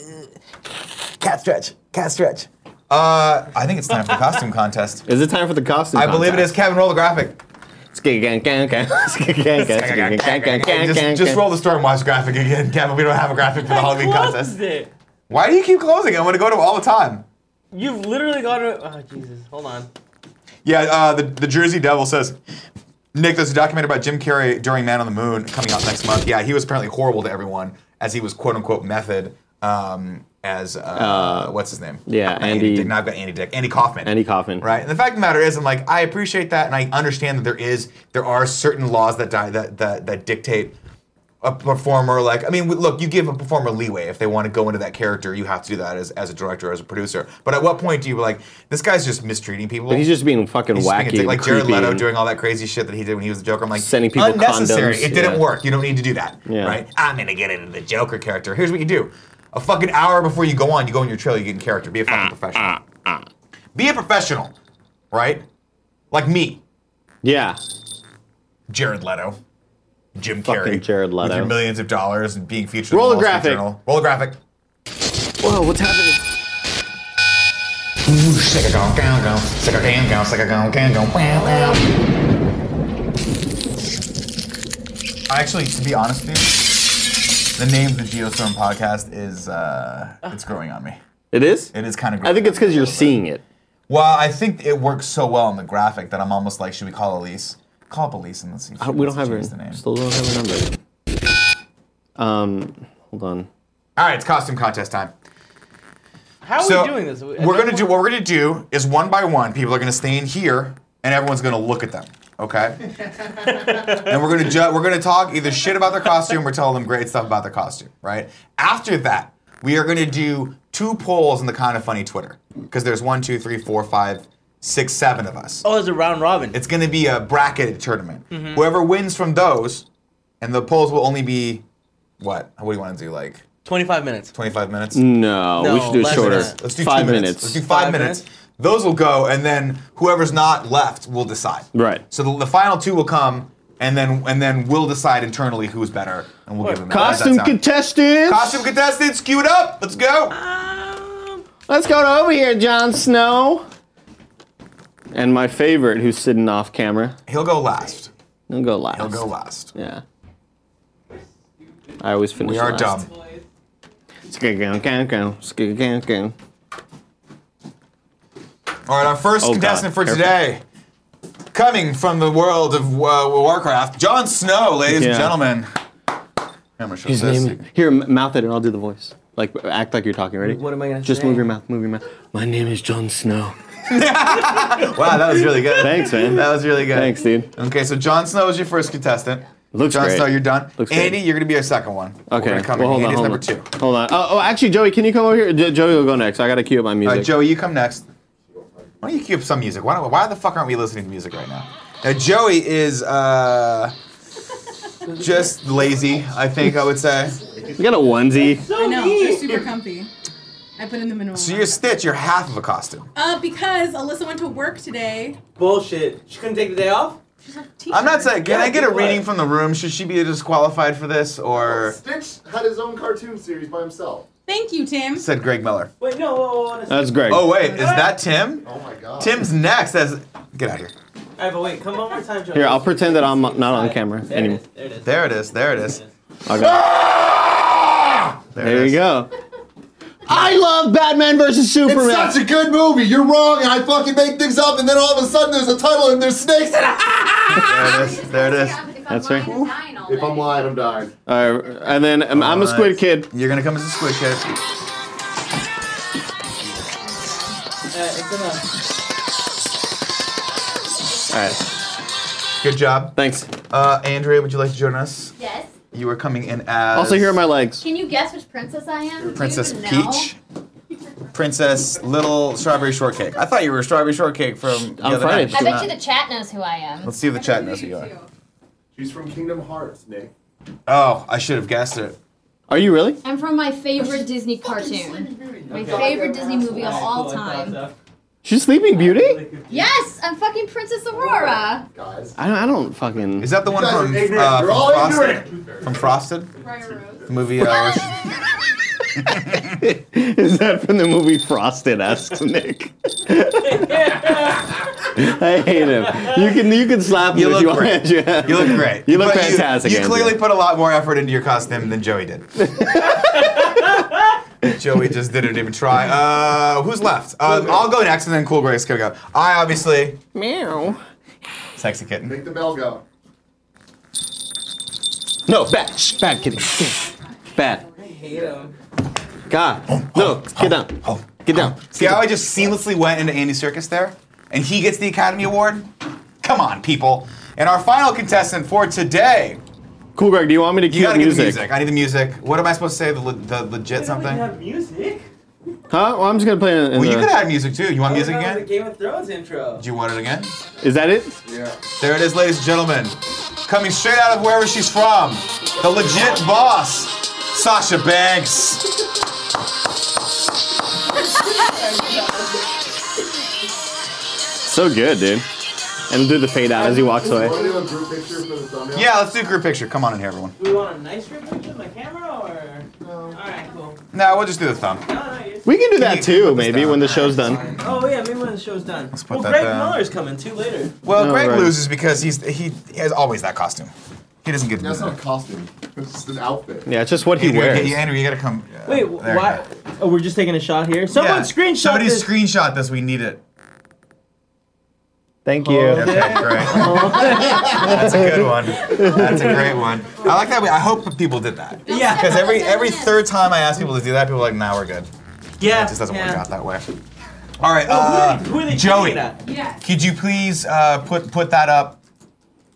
[SPEAKER 1] Cat stretch. Cat stretch. Uh, I think it's time for the costume contest.
[SPEAKER 5] Is it time for the costume?
[SPEAKER 1] I believe it is Kevin roll the graphic.
[SPEAKER 5] is.
[SPEAKER 1] just, just roll the Stormwatch graphic again, Kevin. We don't have a graphic for the Halloween contest.
[SPEAKER 2] it.
[SPEAKER 1] Why do you keep closing? it? I'm gonna go to all the time.
[SPEAKER 2] You've literally got to. Oh Jesus, hold on.
[SPEAKER 1] Yeah, uh, the, the Jersey Devil says, Nick, there's a documentary about Jim Carrey during Man on the Moon coming out next month. Yeah, he was apparently horrible to everyone as he was quote unquote method um, as uh, what's his name?
[SPEAKER 5] yeah,
[SPEAKER 1] Not
[SPEAKER 5] Andy-
[SPEAKER 1] Dick. Now I've got Andy Dick. Andy Kaufman.
[SPEAKER 5] Andy Kaufman.
[SPEAKER 1] Right. And the fact of the matter is, I'm like, I appreciate that, and I understand that there is there are certain laws that di- that that, that dictate a performer like i mean w- look you give a performer leeway if they want to go into that character you have to do that as, as a director as a producer but at what point do you like this guy's just mistreating people
[SPEAKER 5] He's just being fucking
[SPEAKER 1] He's just being a
[SPEAKER 5] wacky,
[SPEAKER 1] dick,
[SPEAKER 5] and
[SPEAKER 1] like Jared
[SPEAKER 5] creepy
[SPEAKER 1] Leto
[SPEAKER 5] and-
[SPEAKER 1] doing all that crazy shit that he did when he was the Joker. I'm like,
[SPEAKER 5] Sending people
[SPEAKER 1] unnecessary.
[SPEAKER 5] condoms,
[SPEAKER 1] It didn't
[SPEAKER 5] yeah.
[SPEAKER 1] work. You don't need to do that,
[SPEAKER 5] Yeah.
[SPEAKER 1] right? I'm gonna get into the Joker character. Here's what you do: a fucking hour before you go on, you go in your trailer, you get in character. Be a fucking professional. Be a professional, right? Like me,
[SPEAKER 5] Yeah.
[SPEAKER 1] Jared Leto, Jim
[SPEAKER 5] Fucking
[SPEAKER 1] Carrey,
[SPEAKER 5] Jared
[SPEAKER 1] with your
[SPEAKER 5] Leto.
[SPEAKER 1] millions of dollars and being featured. in
[SPEAKER 5] Roll
[SPEAKER 1] the
[SPEAKER 5] the
[SPEAKER 1] Wall Street
[SPEAKER 5] graphic.
[SPEAKER 1] Journal. Roll the graphic.
[SPEAKER 5] Whoa, what's happening?
[SPEAKER 1] I Actually, to be honest with you, the name of the Geostorm podcast is uh, it's growing on me.
[SPEAKER 5] It is.
[SPEAKER 1] It is kind of.
[SPEAKER 5] I think it's because you're seeing it.
[SPEAKER 1] Well, I think it works so well on the graphic that I'm almost like, should we call Elise? Call up Elise and let's see. If she
[SPEAKER 5] Uh, We don't
[SPEAKER 1] wants
[SPEAKER 5] have
[SPEAKER 1] to
[SPEAKER 5] her.
[SPEAKER 1] change the name.
[SPEAKER 5] Still don't have her number. Um, hold on.
[SPEAKER 1] All right, it's costume contest time.
[SPEAKER 2] How are
[SPEAKER 1] so
[SPEAKER 2] we doing this? At
[SPEAKER 1] We're gonna
[SPEAKER 2] that
[SPEAKER 1] do
[SPEAKER 2] point-
[SPEAKER 1] what we're gonna do is one by one. People are gonna stay in here, and everyone's gonna look at them. Okay. and we're gonna ju- we're gonna talk either shit about their costume or tell them great stuff about their costume. Right. After that, we are gonna do two polls in the kind of funny Twitter because there's one, two, three, four, five, six, seven of us.
[SPEAKER 2] Oh, it's a round robin. Mm-hmm.
[SPEAKER 1] It's going to be a bracketed tournament. Whoever wins from those And the polls will only be what? What do you want to do? Like
[SPEAKER 2] 25 minutes.
[SPEAKER 1] 25 minutes?
[SPEAKER 5] No, we
[SPEAKER 2] No,
[SPEAKER 5] should do
[SPEAKER 2] less than
[SPEAKER 5] it shorter.
[SPEAKER 2] that.
[SPEAKER 1] Let's do
[SPEAKER 5] Mm. five
[SPEAKER 1] two minutes.
[SPEAKER 5] minutes.
[SPEAKER 1] Let's do five,
[SPEAKER 2] Five
[SPEAKER 1] minutes.
[SPEAKER 2] minutes.
[SPEAKER 1] Those will go, and then whoever's not left will decide.
[SPEAKER 5] Right.
[SPEAKER 1] So the, the final two will come, and then and then we'll decide internally who's better, and we'll give them how's that
[SPEAKER 5] Costume
[SPEAKER 1] sound?
[SPEAKER 5] contestants.
[SPEAKER 1] Costume contestants, cue it up. Let's
[SPEAKER 2] Uh,
[SPEAKER 1] go.
[SPEAKER 5] Let's go over here, Jon Snow. And my favorite, who's sitting off camera,
[SPEAKER 1] He'll go last.
[SPEAKER 5] he'll go last.
[SPEAKER 1] He'll go last.
[SPEAKER 5] Yeah. I always finish.
[SPEAKER 1] We are
[SPEAKER 5] last.
[SPEAKER 1] dumb.
[SPEAKER 5] Sk-gonk-gonk-gonk, sk-gonk-gonk.
[SPEAKER 1] All right, our first
[SPEAKER 5] Oh, God.
[SPEAKER 1] contestant for
[SPEAKER 5] Careful.
[SPEAKER 1] today, coming from the world of uh, Warcraft, Jon Snow, ladies and
[SPEAKER 5] Yeah.
[SPEAKER 1] gentlemen. I'm gonna show
[SPEAKER 5] His
[SPEAKER 1] this.
[SPEAKER 5] name. Here, m- mouth it, and I'll do the voice. Like, act like you're talking. Ready?
[SPEAKER 2] What am I gonna
[SPEAKER 5] Just
[SPEAKER 2] say?
[SPEAKER 5] move your mouth. Move your mouth. My name is Jon Snow.
[SPEAKER 1] Wow, that was really good.
[SPEAKER 5] Thanks, man.
[SPEAKER 1] That was really good.
[SPEAKER 5] Thanks, dude.
[SPEAKER 1] Okay, so Jon Snow is your first contestant.
[SPEAKER 5] Looks
[SPEAKER 1] Jon
[SPEAKER 5] great.
[SPEAKER 1] Snow, you're done.
[SPEAKER 5] Looks great.
[SPEAKER 1] Andy, you're gonna be our second one. We're
[SPEAKER 5] Okay.
[SPEAKER 1] gonna come
[SPEAKER 5] well,
[SPEAKER 1] in.
[SPEAKER 5] hold on.
[SPEAKER 1] Andy's
[SPEAKER 5] Hold
[SPEAKER 1] number
[SPEAKER 5] on.
[SPEAKER 1] two.
[SPEAKER 5] Hold on. Oh, oh, actually, Joey, can you come over here? Jo- Joey will go next. I gotta cue up my
[SPEAKER 1] All
[SPEAKER 5] music.
[SPEAKER 1] right, Joey, you come next. Why don't you cue up some music? Why, don't, why the fuck aren't we listening to music right now? Now, Joey is uh, just lazy, I think I would say.
[SPEAKER 5] We got a onesie.
[SPEAKER 4] I know they're super comfy. I put in the mineral.
[SPEAKER 1] So
[SPEAKER 4] water.
[SPEAKER 1] you're Stitch, you're half of a costume.
[SPEAKER 4] uh, because Alyssa went to work today.
[SPEAKER 6] Bullshit. She couldn't take the day off?
[SPEAKER 4] She's a
[SPEAKER 1] I'm not saying, can I get a
[SPEAKER 6] Yeah,
[SPEAKER 1] reading
[SPEAKER 6] what?
[SPEAKER 1] from the room? Should she be disqualified for this? Or
[SPEAKER 8] Stitch had his own cartoon series by himself.
[SPEAKER 4] Thank you, Tim.
[SPEAKER 1] said Greg Miller.
[SPEAKER 6] Wait, no, whoa, whoa, whoa,
[SPEAKER 5] That's Greg.
[SPEAKER 1] Oh, wait, is that Tim?
[SPEAKER 8] Oh my god.
[SPEAKER 1] Tim's next. That's, get out of here.
[SPEAKER 6] Alright, but wait, come one more time, Joe.
[SPEAKER 5] Here, I'll pretend that I'm not on camera
[SPEAKER 6] There
[SPEAKER 5] anymore.
[SPEAKER 6] it is. There it is.
[SPEAKER 1] There it is, there it is.
[SPEAKER 5] Okay.
[SPEAKER 1] There,
[SPEAKER 5] There
[SPEAKER 1] it
[SPEAKER 5] you
[SPEAKER 1] is.
[SPEAKER 5] go. I love Batman versus
[SPEAKER 8] It's
[SPEAKER 5] Superman.
[SPEAKER 8] such a good movie. You're wrong, and I fucking make things up, and then all of a sudden there's a tunnel and there's snakes.
[SPEAKER 1] There it is. There it is.
[SPEAKER 5] That's right.
[SPEAKER 8] if I'm lying, I'm dying.
[SPEAKER 5] Uh, and then um, I'm a squid kid.
[SPEAKER 1] You're gonna come as a squid kid.
[SPEAKER 6] Uh, it's enough.
[SPEAKER 5] All right.
[SPEAKER 1] Good job.
[SPEAKER 5] Thanks.
[SPEAKER 1] Uh, Andrea, would you like to join us?
[SPEAKER 7] Yes.
[SPEAKER 1] You are coming in as.
[SPEAKER 5] Also, here are my legs.
[SPEAKER 7] Can you guess which princess I am? Do you
[SPEAKER 1] Princess
[SPEAKER 7] even know?
[SPEAKER 1] Peach. Princess Little Strawberry Shortcake. I thought you were Strawberry Shortcake from the
[SPEAKER 5] on
[SPEAKER 1] other
[SPEAKER 5] Friday.
[SPEAKER 1] night.
[SPEAKER 7] I
[SPEAKER 1] You're
[SPEAKER 7] bet you
[SPEAKER 1] not.
[SPEAKER 7] the chat knows who I am.
[SPEAKER 1] Let's see if the chat E knows who you are.
[SPEAKER 8] She's from Kingdom Hearts, Nick.
[SPEAKER 1] Oh, I should have guessed it.
[SPEAKER 5] Are you really?
[SPEAKER 7] I'm from my favorite Disney cartoon. My favorite Disney movie of all
[SPEAKER 6] Cool, I thought
[SPEAKER 7] time.
[SPEAKER 6] so.
[SPEAKER 5] She's Sleeping Beauty?
[SPEAKER 7] Yes, I'm fucking Princess Aurora.
[SPEAKER 8] Guys.
[SPEAKER 5] I don't, I don't fucking.
[SPEAKER 1] Is that the one
[SPEAKER 8] You guys are
[SPEAKER 1] from,
[SPEAKER 8] ignorant.
[SPEAKER 1] uh,
[SPEAKER 8] You're
[SPEAKER 1] from
[SPEAKER 8] all
[SPEAKER 1] Frosted? From Frosted? The movie. Uh, where she-
[SPEAKER 5] Is that from the movie Frosted? Asks Nick. I hate him. You can you can slap him
[SPEAKER 1] You
[SPEAKER 5] if
[SPEAKER 1] look
[SPEAKER 5] you want.
[SPEAKER 1] great.
[SPEAKER 5] Yeah.
[SPEAKER 1] you look great.
[SPEAKER 5] You look
[SPEAKER 1] But
[SPEAKER 5] fantastic,
[SPEAKER 1] You,
[SPEAKER 5] Andrea.
[SPEAKER 1] clearly put a lot more effort into your costume than Joey did. Joey just didn't even try. Uh, who's left? Uh, I'll go next, and then Cool Grace can go. I obviously
[SPEAKER 5] Meow.
[SPEAKER 1] sexy kitten.
[SPEAKER 8] Make the bell go.
[SPEAKER 5] No, bad. Shh, bad kitty. Bad.
[SPEAKER 6] I hate him.
[SPEAKER 5] God. No, get
[SPEAKER 1] Oh,
[SPEAKER 5] down. Get down.
[SPEAKER 1] See how I just seamlessly went into Andy Circus there, and he gets the Academy Award. Come on, people! And our final contestant for today.
[SPEAKER 5] Cool, Greg. Do you want me to
[SPEAKER 1] You
[SPEAKER 5] cue
[SPEAKER 1] gotta get the
[SPEAKER 5] music?
[SPEAKER 1] music. I need the music. What am I supposed to say? The, le- the legit
[SPEAKER 6] We
[SPEAKER 1] something?
[SPEAKER 6] have music.
[SPEAKER 5] Huh? Well, I'm just gonna play it. in
[SPEAKER 1] Well, you
[SPEAKER 5] the-
[SPEAKER 1] could add music too. You want music
[SPEAKER 6] Oh, no, The
[SPEAKER 1] again?
[SPEAKER 6] Game of Thrones intro.
[SPEAKER 1] Do you want it again?
[SPEAKER 5] Is that it?
[SPEAKER 8] Yeah.
[SPEAKER 1] There it is, ladies and gentlemen. Coming straight out of wherever she's from, the legit boss, Sasha Banks.
[SPEAKER 5] So good, dude. And do the fade out as he walks away.
[SPEAKER 8] Want to do a group picture for the thumbnail?
[SPEAKER 1] Yeah, let's do a group picture. Come on in here, everyone.
[SPEAKER 6] Do we want a nice group picture with my camera or? Alright, cool.
[SPEAKER 1] No, we'll just do the thumb.
[SPEAKER 6] No, no, you're...
[SPEAKER 5] We can do
[SPEAKER 1] you
[SPEAKER 5] that
[SPEAKER 1] put
[SPEAKER 5] too,
[SPEAKER 1] this
[SPEAKER 5] maybe
[SPEAKER 1] down?
[SPEAKER 5] when the show's done.
[SPEAKER 6] Oh yeah, maybe when the show's done. Let's
[SPEAKER 1] put
[SPEAKER 6] well,
[SPEAKER 1] that
[SPEAKER 6] Greg
[SPEAKER 1] down.
[SPEAKER 6] Miller's coming too later.
[SPEAKER 1] Well,
[SPEAKER 5] No,
[SPEAKER 1] Greg
[SPEAKER 5] right.
[SPEAKER 1] loses because he's he, he has always that costume. He doesn't get to
[SPEAKER 8] That's
[SPEAKER 1] lose.
[SPEAKER 8] not a costume. It's just an outfit.
[SPEAKER 5] Yeah, it's just what he
[SPEAKER 1] Andrew,
[SPEAKER 5] wears.
[SPEAKER 1] you- Andrew, you gotta come. uh,
[SPEAKER 6] Wait,
[SPEAKER 1] there you
[SPEAKER 6] why?
[SPEAKER 1] go.
[SPEAKER 6] Oh, we're just taking a shot here. Someone
[SPEAKER 1] Yeah.
[SPEAKER 6] screenshot
[SPEAKER 1] Somebody
[SPEAKER 6] this.
[SPEAKER 1] screenshot this. We need it.
[SPEAKER 5] Thank
[SPEAKER 1] Oh,
[SPEAKER 5] you.
[SPEAKER 1] Okay, great. That's a good one. That's a great one. I like that. We, I hope people did that.
[SPEAKER 6] yeah,
[SPEAKER 1] Because every every third time I ask people to do that, people are like, "Nah, we're good."
[SPEAKER 6] yeah,
[SPEAKER 1] It just doesn't
[SPEAKER 6] yeah.
[SPEAKER 1] work out that way. All right,
[SPEAKER 6] Oh,
[SPEAKER 1] uh,
[SPEAKER 6] who are they, who are they
[SPEAKER 1] Joey,
[SPEAKER 6] shooting at?
[SPEAKER 4] Yes.
[SPEAKER 1] could you please uh, put put that up?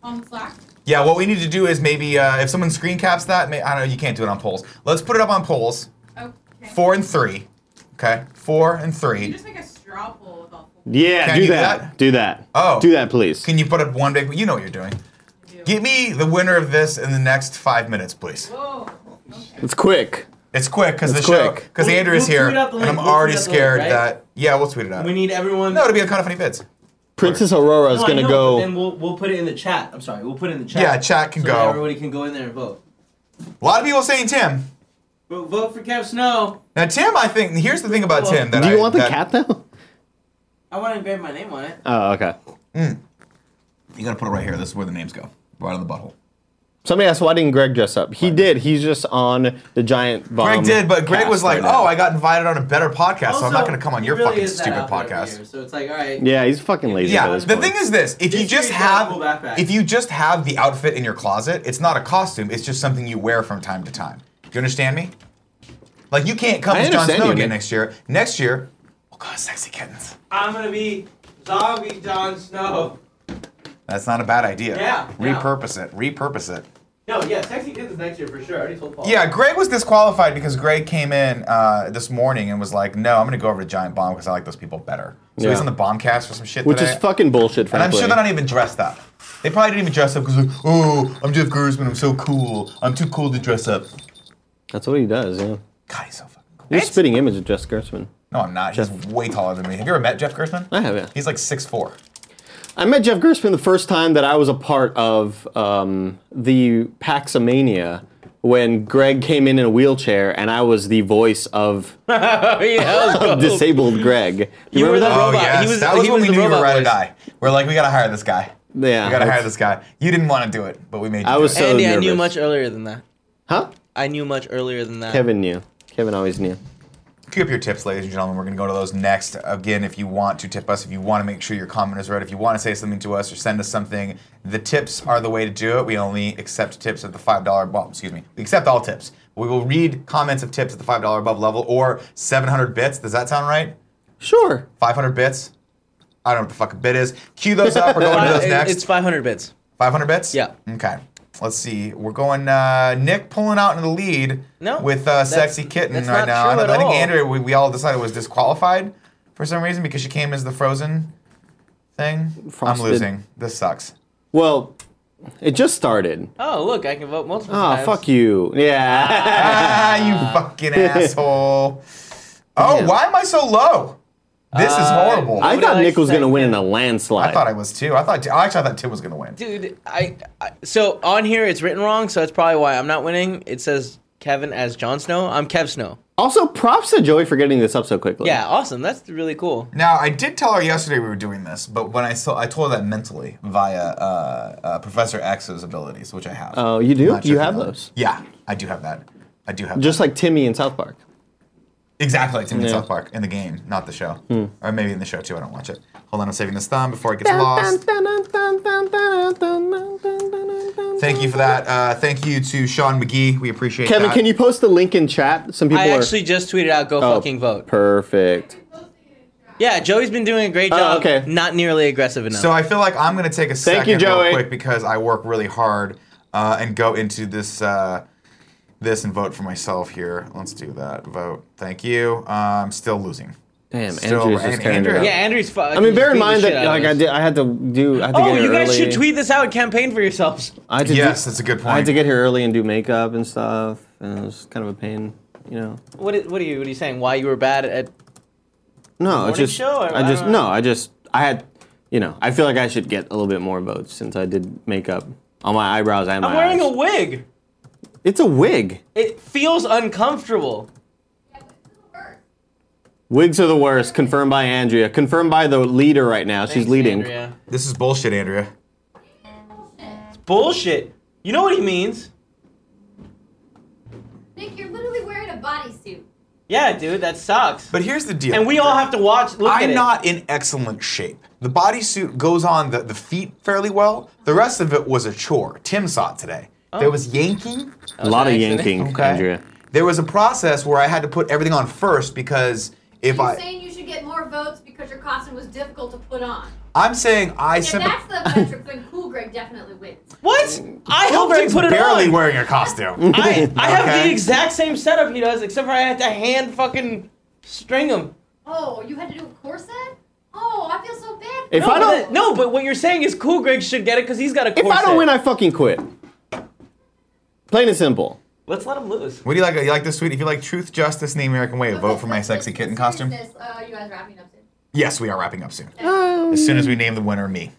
[SPEAKER 4] On Slack.
[SPEAKER 1] Yeah, what we need to do is maybe uh, if someone screen caps that, may, I don't know, you can't do it on polls. Let's put it up on polls.
[SPEAKER 4] Okay.
[SPEAKER 1] Four and three. Okay, four and
[SPEAKER 4] You
[SPEAKER 1] three.
[SPEAKER 4] just make a straw poll with all four
[SPEAKER 5] Yeah,
[SPEAKER 1] Can
[SPEAKER 5] do
[SPEAKER 1] you do
[SPEAKER 5] that.
[SPEAKER 1] that?
[SPEAKER 5] Do that.
[SPEAKER 1] Oh.
[SPEAKER 5] Do that, please.
[SPEAKER 1] Can you put up one big? You know what you're doing.
[SPEAKER 4] of you.
[SPEAKER 1] Give me the winner of this in the next five minutes, please.
[SPEAKER 6] Oh,
[SPEAKER 5] It's quick.
[SPEAKER 1] It's quick because the
[SPEAKER 5] It's
[SPEAKER 1] show
[SPEAKER 5] quick.
[SPEAKER 1] because
[SPEAKER 2] We'll-
[SPEAKER 1] Andrew is
[SPEAKER 2] we'll
[SPEAKER 1] here,
[SPEAKER 2] tweet out the
[SPEAKER 1] and I'm
[SPEAKER 2] link. We'll
[SPEAKER 1] already
[SPEAKER 2] tweet out the link,
[SPEAKER 1] scared
[SPEAKER 2] right?
[SPEAKER 1] that. Yeah, we'll tweet it out.
[SPEAKER 2] We need everyone.
[SPEAKER 1] no, it'll be a kind of funny bids.
[SPEAKER 5] Princess Aurora is
[SPEAKER 2] No, I
[SPEAKER 5] gonna
[SPEAKER 2] know,
[SPEAKER 5] go.
[SPEAKER 2] but Then we'll we'll put it in the chat. I'm sorry, we'll put it in the chat.
[SPEAKER 1] Yeah, chat can
[SPEAKER 2] so that
[SPEAKER 1] go.
[SPEAKER 2] Everybody can go in there and vote.
[SPEAKER 1] A lot of people saying Tim.
[SPEAKER 2] Vote, vote for Cap Snow.
[SPEAKER 1] Now Tim, I think here's the thing about
[SPEAKER 2] Well,
[SPEAKER 1] Tim that
[SPEAKER 5] Do you
[SPEAKER 1] I-
[SPEAKER 5] want the
[SPEAKER 1] that-
[SPEAKER 5] cat though?
[SPEAKER 2] I want to engrave my name on it.
[SPEAKER 5] Oh, okay.
[SPEAKER 1] You gotta put it right here. This is where the names go, right on the butthole.
[SPEAKER 5] Somebody asked why didn't Greg dress up? He did. He's just on the giant bomb.
[SPEAKER 1] Greg did, but Greg
[SPEAKER 5] cast
[SPEAKER 1] was like,
[SPEAKER 5] right now.
[SPEAKER 1] "Oh, I got invited on a better podcast, so I'm not
[SPEAKER 2] Also,
[SPEAKER 1] gonna come on
[SPEAKER 2] he
[SPEAKER 1] your
[SPEAKER 2] really
[SPEAKER 1] fucking
[SPEAKER 2] is that
[SPEAKER 1] stupid
[SPEAKER 2] outfit
[SPEAKER 1] podcast."
[SPEAKER 2] here, so it's like, all right.
[SPEAKER 5] Yeah, he's fucking lazy.
[SPEAKER 1] Yeah,
[SPEAKER 5] at this
[SPEAKER 1] the
[SPEAKER 5] point.
[SPEAKER 1] thing is this: if you
[SPEAKER 2] These
[SPEAKER 1] just
[SPEAKER 2] trees got
[SPEAKER 1] have,
[SPEAKER 2] a cool backpack.
[SPEAKER 1] if you just have the outfit in your closet, it's not a costume. It's just something you wear from time to time. Do you understand me? Like you can't come
[SPEAKER 5] I
[SPEAKER 1] as Jon
[SPEAKER 5] understand
[SPEAKER 1] Snow
[SPEAKER 5] you,
[SPEAKER 1] again
[SPEAKER 5] man.
[SPEAKER 1] next year. Next year, we'll go to sexy kittens.
[SPEAKER 2] I'm gonna be zombie Jon Snow.
[SPEAKER 1] That's not a bad idea.
[SPEAKER 2] Yeah, yeah.
[SPEAKER 1] Repurpose it. Repurpose it.
[SPEAKER 2] No, yeah, sexy kids is next year for sure. I already told Paul.
[SPEAKER 1] Yeah, Greg was disqualified because Greg came in uh, this morning and was like, "No, I'm going to go over to Giant Bomb because I like those people better." So he's
[SPEAKER 5] Yeah.
[SPEAKER 1] on the Bombcast for some shit
[SPEAKER 5] which
[SPEAKER 1] today.
[SPEAKER 5] is fucking bullshit.
[SPEAKER 1] And I'm
[SPEAKER 5] frankly.
[SPEAKER 1] sure they're not even dressed up. They probably didn't even dress up because, like, oh, I'm Jeff Gersman. I'm so cool. I'm too cool to dress up.
[SPEAKER 5] That's what he does. Yeah,
[SPEAKER 1] God, he's so fucking cool.
[SPEAKER 5] you're
[SPEAKER 1] It's-
[SPEAKER 5] spitting image of Jess Gerstmann.
[SPEAKER 1] No, I'm not. He's way taller than me. Have you ever met Jeff Gersman?
[SPEAKER 5] I have yeah.
[SPEAKER 1] He's like 6'4.
[SPEAKER 5] I met Jeff Gerstmann the first time that I was a part of um, the Paxomania when Greg came in in a wheelchair and I was the voice of
[SPEAKER 2] Oh, yeah.
[SPEAKER 5] disabled Greg. You,
[SPEAKER 2] You were
[SPEAKER 5] remember
[SPEAKER 2] the
[SPEAKER 5] that?
[SPEAKER 1] Oh,
[SPEAKER 2] Robot.
[SPEAKER 1] yes.
[SPEAKER 2] He was-
[SPEAKER 1] that was
[SPEAKER 2] he
[SPEAKER 1] when
[SPEAKER 2] was
[SPEAKER 1] we
[SPEAKER 2] the
[SPEAKER 1] knew you were
[SPEAKER 2] robot
[SPEAKER 1] ride or
[SPEAKER 2] voice.
[SPEAKER 1] die. We're like, we got to hire this guy.
[SPEAKER 5] Yeah,
[SPEAKER 1] We got to hire
[SPEAKER 5] that's-
[SPEAKER 1] this guy. You didn't want to do it, but we made you
[SPEAKER 5] I
[SPEAKER 1] do
[SPEAKER 5] was
[SPEAKER 1] it.
[SPEAKER 5] so
[SPEAKER 2] Andy,
[SPEAKER 5] nervous.
[SPEAKER 2] I knew much earlier than that.
[SPEAKER 5] Huh?
[SPEAKER 2] I knew much earlier than that.
[SPEAKER 5] Kevin knew. Kevin always knew.
[SPEAKER 1] Keep up your tips, ladies and gentlemen. We're going to go to those next. Again, if you want to tip us, if you want to make sure your comment is read, if you want to say something to us or send us something, the tips are the way to do it. We only accept tips at the $5 above. Excuse me. We accept all tips. We will read comments of tips at the $5 above level or 700 bits. Does that sound right?
[SPEAKER 5] Sure.
[SPEAKER 1] 500 bits? I don't know what the fuck a bit is. Cue those up. We're going to
[SPEAKER 2] Five-
[SPEAKER 1] those next.
[SPEAKER 2] It's 500 bits.
[SPEAKER 1] 500 bits?
[SPEAKER 2] Yeah.
[SPEAKER 1] Okay. Let's see. We're going uh, Nick pulling out in the lead
[SPEAKER 2] No,
[SPEAKER 1] with uh,
[SPEAKER 2] that's-
[SPEAKER 1] Sexy Kitten
[SPEAKER 2] that's
[SPEAKER 1] right
[SPEAKER 2] not
[SPEAKER 1] now.
[SPEAKER 2] true
[SPEAKER 1] and
[SPEAKER 2] at
[SPEAKER 1] I think
[SPEAKER 2] all.
[SPEAKER 1] Andrea, we, we all decided was disqualified for some reason because she came as the frozen thing.
[SPEAKER 5] Frosted.
[SPEAKER 1] I'm losing. This sucks.
[SPEAKER 5] Well, it just started.
[SPEAKER 2] Oh, look, I can vote multiple
[SPEAKER 5] Ah,
[SPEAKER 2] times.
[SPEAKER 5] fuck you. Yeah.
[SPEAKER 1] ah, you fucking asshole. Oh,
[SPEAKER 5] Damn.
[SPEAKER 1] why am I so low? This is
[SPEAKER 2] Uh,
[SPEAKER 1] horrible. I,
[SPEAKER 5] I
[SPEAKER 2] Nobody
[SPEAKER 5] thought Nick
[SPEAKER 2] likes
[SPEAKER 5] was gonna
[SPEAKER 2] that.
[SPEAKER 5] win in a landslide.
[SPEAKER 1] thought I was too. I thought actually I thought Tim was gonna win.
[SPEAKER 2] Dude, I, I so on here it's written wrong, so that's probably why I'm not winning. It says Kevin as Jon Snow. I'm Kev Snow.
[SPEAKER 5] also, props to Joey for getting this up so quickly.
[SPEAKER 2] Yeah, awesome. That's really cool.
[SPEAKER 1] Now I did tell her yesterday we were doing this, but when I saw, I told her that mentally via uh, uh, Professor X's abilities, which I have.
[SPEAKER 5] Oh, you do?
[SPEAKER 1] Not sure
[SPEAKER 5] You
[SPEAKER 1] if
[SPEAKER 5] have
[SPEAKER 1] know.
[SPEAKER 5] those?
[SPEAKER 1] Yeah, I do have that. I do have
[SPEAKER 5] Just like Timmy in South Park.
[SPEAKER 1] that. exactly like Tim in
[SPEAKER 5] Yeah. Hmm.
[SPEAKER 1] South Park in the game, not the show, or maybe in the show too. I don't watch it. Hold on, I'm saving this thumb before it gets lost. Thank you for that. Uh, thank you to Sean McGee. We appreciate
[SPEAKER 5] Kevin,
[SPEAKER 1] that.
[SPEAKER 5] can you post the link in chat? Some people
[SPEAKER 2] I
[SPEAKER 5] are.
[SPEAKER 2] actually just tweeted out go
[SPEAKER 5] Oh,
[SPEAKER 2] fucking vote.
[SPEAKER 5] Perfect.
[SPEAKER 2] Yeah, Joey's been doing a great
[SPEAKER 5] Oh,
[SPEAKER 2] job.
[SPEAKER 5] okay.
[SPEAKER 2] Not nearly aggressive enough.
[SPEAKER 1] So I feel like I'm gonna take a
[SPEAKER 5] Thank
[SPEAKER 1] second
[SPEAKER 5] you,
[SPEAKER 1] real
[SPEAKER 5] Joey.
[SPEAKER 1] quick because I work really hard uh, and go into this uh, this and vote for myself here. Let's do that. Vote. Thank you. Uh, I'm still losing.
[SPEAKER 5] Damn,
[SPEAKER 1] Still,
[SPEAKER 5] Andrew's just
[SPEAKER 1] and
[SPEAKER 5] tearing
[SPEAKER 1] Andrew-
[SPEAKER 5] it up.
[SPEAKER 2] yeah, Andrew's fucking.
[SPEAKER 5] I mean, bear in mind that like I did, I had to do. I had to
[SPEAKER 2] Oh,
[SPEAKER 5] get here
[SPEAKER 2] you guys
[SPEAKER 5] early.
[SPEAKER 2] should tweet this out. Campaign for yourselves.
[SPEAKER 5] I had to
[SPEAKER 1] Yes,
[SPEAKER 5] do,
[SPEAKER 1] that's a good
[SPEAKER 5] I had
[SPEAKER 1] point.
[SPEAKER 5] to get here early and do makeup and stuff, and it was kind of a pain, you know.
[SPEAKER 2] What? i- What are you? What are you saying? Why you were bad at?
[SPEAKER 5] No,
[SPEAKER 2] Morning
[SPEAKER 5] it's just
[SPEAKER 2] show, or-
[SPEAKER 5] I
[SPEAKER 2] I
[SPEAKER 5] just
[SPEAKER 2] don't
[SPEAKER 5] no,
[SPEAKER 2] know.
[SPEAKER 5] I just I had, you know, I feel like I should get a little bit more votes since I did makeup on my eyebrows and my
[SPEAKER 2] I'm wearing a
[SPEAKER 5] eyes.
[SPEAKER 2] wig.
[SPEAKER 5] it's a wig.
[SPEAKER 2] It feels uncomfortable.
[SPEAKER 5] Wigs are the worst. Confirmed by Andrea. Confirmed by the leader right now. She's
[SPEAKER 2] Thanks,
[SPEAKER 5] leading.
[SPEAKER 2] Andrea.
[SPEAKER 1] This is bullshit, Andrea.
[SPEAKER 2] It's bullshit. You know what he means?
[SPEAKER 9] Nick, you're literally wearing a bodysuit.
[SPEAKER 2] Yeah, dude, that sucks.
[SPEAKER 1] But here's the deal.
[SPEAKER 2] and we all have to watch. Look at
[SPEAKER 1] I'm
[SPEAKER 2] it.
[SPEAKER 1] not in excellent shape. The bodysuit goes on the, the feet fairly well. The rest of it was a chore. Tim saw it today.
[SPEAKER 2] Oh.
[SPEAKER 1] There was yanking.
[SPEAKER 5] A lot of
[SPEAKER 2] Nice, isn't it?
[SPEAKER 5] yanking, Andrea.
[SPEAKER 1] There was a process where I had to put everything on first because if
[SPEAKER 9] You're
[SPEAKER 1] I,
[SPEAKER 9] saying you should get more votes because your costume was difficult to put on.
[SPEAKER 1] I'm saying I
[SPEAKER 9] If
[SPEAKER 1] sympathize.
[SPEAKER 9] that's the metric, then Cool Greg definitely wins.
[SPEAKER 2] What? I helped him
[SPEAKER 1] Greg's
[SPEAKER 2] put it
[SPEAKER 1] barely
[SPEAKER 2] on.
[SPEAKER 1] wearing a costume.
[SPEAKER 2] I, I have
[SPEAKER 1] Okay.
[SPEAKER 2] the exact same setup he does, except for I had to hand fucking string him.
[SPEAKER 9] Oh, you had to do a corset? Oh, I feel so bad
[SPEAKER 5] If
[SPEAKER 2] no, but-
[SPEAKER 5] I don't,
[SPEAKER 2] no, but what you're saying is Cool Greg should get it because he's got a
[SPEAKER 5] if
[SPEAKER 2] corset.
[SPEAKER 5] I don't win, I fucking quit. Plain and simple.
[SPEAKER 2] Let's let him lose.
[SPEAKER 1] What do you like? You like this sweet? If you like truth, justice, and the American way, vote for my sexy kitten costume.
[SPEAKER 9] This, uh, you guys wrapping up soon.
[SPEAKER 1] Yes, we are wrapping up soon.
[SPEAKER 2] Oh.
[SPEAKER 1] As soon as we name the winner, me.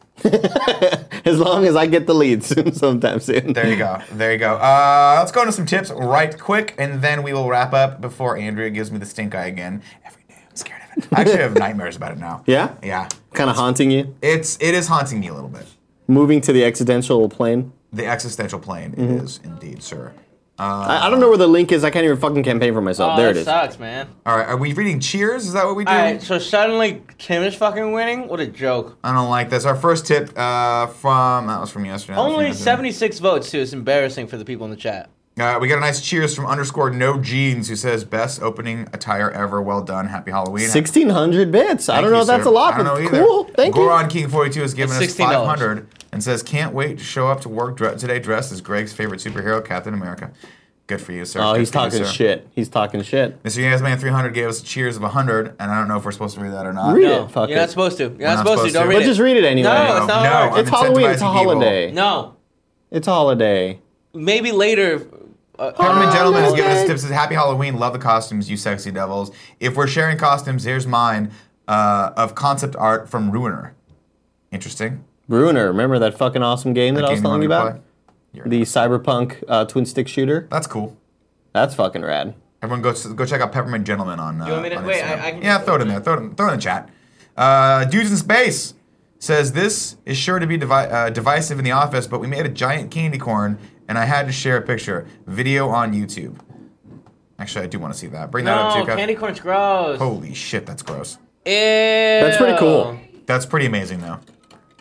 [SPEAKER 5] As long as I get the lead soon, sometime soon.
[SPEAKER 1] There you go. There you go. Uh, let's go into some tips right quick, and then we will wrap up before Andrea gives me the stink eye again. Every day, I'm scared of it. I actually have nightmares about it now.
[SPEAKER 5] Yeah?
[SPEAKER 1] Yeah.
[SPEAKER 5] Kind of haunting you.
[SPEAKER 1] It's it is haunting me a little bit.
[SPEAKER 5] Moving to the existential plane.
[SPEAKER 1] The existential plane it
[SPEAKER 2] Mm-hmm.
[SPEAKER 1] is indeed, sir.
[SPEAKER 5] I, I don't know where the link is. I can't even fucking campaign for myself.
[SPEAKER 2] Oh,
[SPEAKER 5] there
[SPEAKER 2] that
[SPEAKER 5] it is.
[SPEAKER 2] sucks, man.
[SPEAKER 1] All right, are we reading Cheers? Is that what we do?
[SPEAKER 2] All right, so suddenly Kim is fucking winning. What a joke!
[SPEAKER 1] I don't like this. Our first tip uh, from that was from yesterday. that was from
[SPEAKER 2] Only
[SPEAKER 1] yesterday.
[SPEAKER 2] 76 votes too. It's embarrassing for the people in the chat.
[SPEAKER 1] Uh, we got a nice cheers from underscore no jeans who says best opening attire ever. Well done. Happy Halloween.
[SPEAKER 5] 1600 bits. I
[SPEAKER 1] Thank
[SPEAKER 5] don't know
[SPEAKER 1] you,
[SPEAKER 5] if that's
[SPEAKER 1] sir.
[SPEAKER 5] a lot,
[SPEAKER 1] I don't
[SPEAKER 5] but
[SPEAKER 1] know
[SPEAKER 5] it's
[SPEAKER 1] either.
[SPEAKER 5] cool. Thank
[SPEAKER 1] Goron
[SPEAKER 5] you.
[SPEAKER 1] King 42 has given us
[SPEAKER 2] It's $16.
[SPEAKER 1] 500 and says, Can't wait to show up to work dre- today dressed as Greg's favorite superhero, Captain America. Good for you, sir.
[SPEAKER 5] Oh,
[SPEAKER 1] Good
[SPEAKER 5] he's
[SPEAKER 1] for you,
[SPEAKER 5] talking
[SPEAKER 1] sir.
[SPEAKER 5] shit. He's talking shit.
[SPEAKER 1] Mr. Yasman 300 gave us cheers of 100, and I don't know if we're supposed to read that or not.
[SPEAKER 5] Read
[SPEAKER 2] No,
[SPEAKER 5] it. Fuck
[SPEAKER 2] you're
[SPEAKER 5] it.
[SPEAKER 2] not supposed to. You're not,
[SPEAKER 1] not
[SPEAKER 2] supposed,
[SPEAKER 1] supposed
[SPEAKER 2] to. Don't
[SPEAKER 1] to.
[SPEAKER 2] read
[SPEAKER 5] But
[SPEAKER 2] it.
[SPEAKER 5] just read it anyway.
[SPEAKER 2] No, it's not
[SPEAKER 1] no,
[SPEAKER 2] hard.
[SPEAKER 1] I'm
[SPEAKER 5] It's Halloween. It's a
[SPEAKER 1] incentivizing people.
[SPEAKER 5] holiday.
[SPEAKER 2] No,
[SPEAKER 5] It's a holiday.
[SPEAKER 2] maybe later. Uh,
[SPEAKER 1] Permanent Gentleman has given us
[SPEAKER 5] Holiday.
[SPEAKER 1] tips. Says, Happy Halloween. Love the costumes, you sexy devils. If we're sharing costumes, here's mine uh, of concept art from Ruiner. Interesting.
[SPEAKER 5] Bruner, remember that fucking awesome game that I was
[SPEAKER 1] Game
[SPEAKER 5] telling you
[SPEAKER 1] wanted to
[SPEAKER 5] about?
[SPEAKER 1] play?
[SPEAKER 5] The cyberpunk uh, twin stick shooter.
[SPEAKER 1] That's cool.
[SPEAKER 5] That's fucking rad.
[SPEAKER 1] Everyone go go check out Peppermint Gentleman on. Uh,
[SPEAKER 2] you want me to-
[SPEAKER 1] on
[SPEAKER 2] wait, I-
[SPEAKER 1] Instagram.
[SPEAKER 2] I can-
[SPEAKER 1] yeah, throw it in there. Throw it, in- throw it in the chat. Uh, Dudes in Space says this is sure to be divi- uh, divisive in the office, but we made a giant candy corn, and I had to share a picture. Video on YouTube. Actually, I do want to see that. Bring that
[SPEAKER 2] No,
[SPEAKER 1] up too, Kev.
[SPEAKER 2] Oh, candy corn's gross.
[SPEAKER 1] Holy shit, that's gross.
[SPEAKER 2] Ew.
[SPEAKER 5] That's pretty cool.
[SPEAKER 1] That's pretty amazing, though.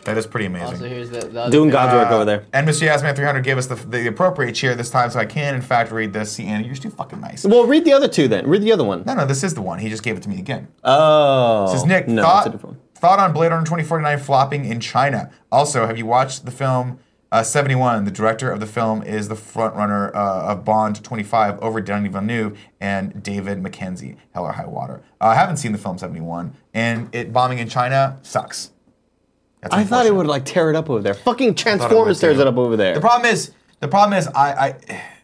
[SPEAKER 1] That is pretty amazing.
[SPEAKER 2] Also, here's the, the other
[SPEAKER 5] Doing
[SPEAKER 2] thing.
[SPEAKER 5] God's work
[SPEAKER 1] Uh,
[SPEAKER 5] over there.
[SPEAKER 1] And Mr. Yasman 300 gave us the, the appropriate cheer this time, so I can, in fact, read this. See, Anna, you're just too fucking nice.
[SPEAKER 5] Well, read the other two then. Read the other one.
[SPEAKER 1] No, no, this is the one. He just gave it to me again.
[SPEAKER 5] Oh.
[SPEAKER 1] Says Nick,
[SPEAKER 5] No, it's a
[SPEAKER 1] thought,
[SPEAKER 5] different one.
[SPEAKER 1] thought on Blade Runner 2049 flopping in China. Also, have you watched the film uh, 71? The director of the film is the frontrunner uh, of Bond 25 over Denis Villeneuve and David Mackenzie, Hell or High Water. Uh, I haven't seen the film 71, and it bombing in China sucks. That's
[SPEAKER 5] I thought it
[SPEAKER 1] unfortunate.
[SPEAKER 5] would like tear it up over there. Fucking
[SPEAKER 1] thought it would,
[SPEAKER 5] Transformers tears
[SPEAKER 1] too.
[SPEAKER 5] it up over there.
[SPEAKER 1] The problem is, the problem is, I, I,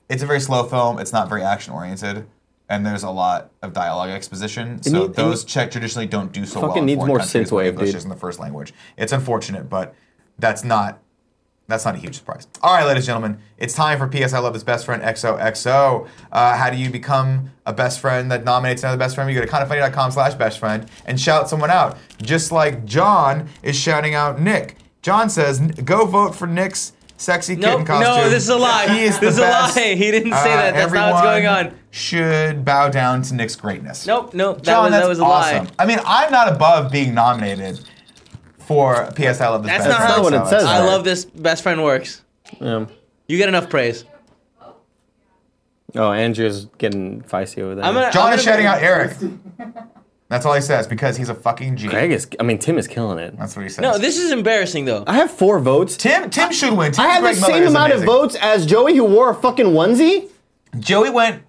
[SPEAKER 1] it's a very slow film. It's not very action oriented, and there's a lot of dialogue exposition. so
[SPEAKER 5] need- it
[SPEAKER 1] those
[SPEAKER 5] need-
[SPEAKER 1] check traditionally don't do so well.
[SPEAKER 5] Fucking
[SPEAKER 1] in
[SPEAKER 5] needs
[SPEAKER 1] foreign
[SPEAKER 5] more
[SPEAKER 1] countries when
[SPEAKER 5] synthwave,
[SPEAKER 1] English
[SPEAKER 5] dude.
[SPEAKER 1] isn't the first language. It's unfortunate, but that's not. That's not a huge surprise. All right, ladies and gentlemen, it's time for PS I Love His Best Friend XOXO. Uh, how do you become a best friend that nominates another best friend? You go to kindoffunny.com slash best friend and shout someone out, just like John is shouting out Nick. John says, go vote for Nick's sexy
[SPEAKER 2] Nope,
[SPEAKER 1] kitten costume.
[SPEAKER 2] no, this is a lie.
[SPEAKER 1] He is the
[SPEAKER 2] This is a
[SPEAKER 1] best. Uh,
[SPEAKER 2] lie. He didn't say that. That's not what's going
[SPEAKER 1] everyone
[SPEAKER 2] on.
[SPEAKER 1] should bow down to Nick's greatness.
[SPEAKER 2] Nope, nope. That
[SPEAKER 1] John,
[SPEAKER 2] was that
[SPEAKER 1] that's
[SPEAKER 2] was a
[SPEAKER 1] awesome.
[SPEAKER 2] lie.
[SPEAKER 1] I mean, I'm not above being nominated for PS I Love This Best Friend
[SPEAKER 2] That's not how-
[SPEAKER 5] That's not what it says.
[SPEAKER 1] XOXO.
[SPEAKER 2] I
[SPEAKER 5] Sorry.
[SPEAKER 2] love this. Best friend works.
[SPEAKER 5] Yeah.
[SPEAKER 2] You get enough praise.
[SPEAKER 5] Oh, Andrea's getting feisty over there.
[SPEAKER 2] I'm gonna.
[SPEAKER 1] John
[SPEAKER 2] I'm
[SPEAKER 1] is
[SPEAKER 2] gonna-
[SPEAKER 1] shouting out Eric. That's all he says because he's a fucking G.
[SPEAKER 5] Greg is. I mean, Tim is killing it.
[SPEAKER 1] That's what he says.
[SPEAKER 2] No, this is embarrassing though.
[SPEAKER 5] I have four votes.
[SPEAKER 1] Tim Tim should win. Tim
[SPEAKER 5] I had the
[SPEAKER 1] Greg Miller
[SPEAKER 5] same
[SPEAKER 1] is
[SPEAKER 5] amount
[SPEAKER 1] amazing.
[SPEAKER 5] of votes as Joey, who wore a fucking onesie.
[SPEAKER 1] Joey went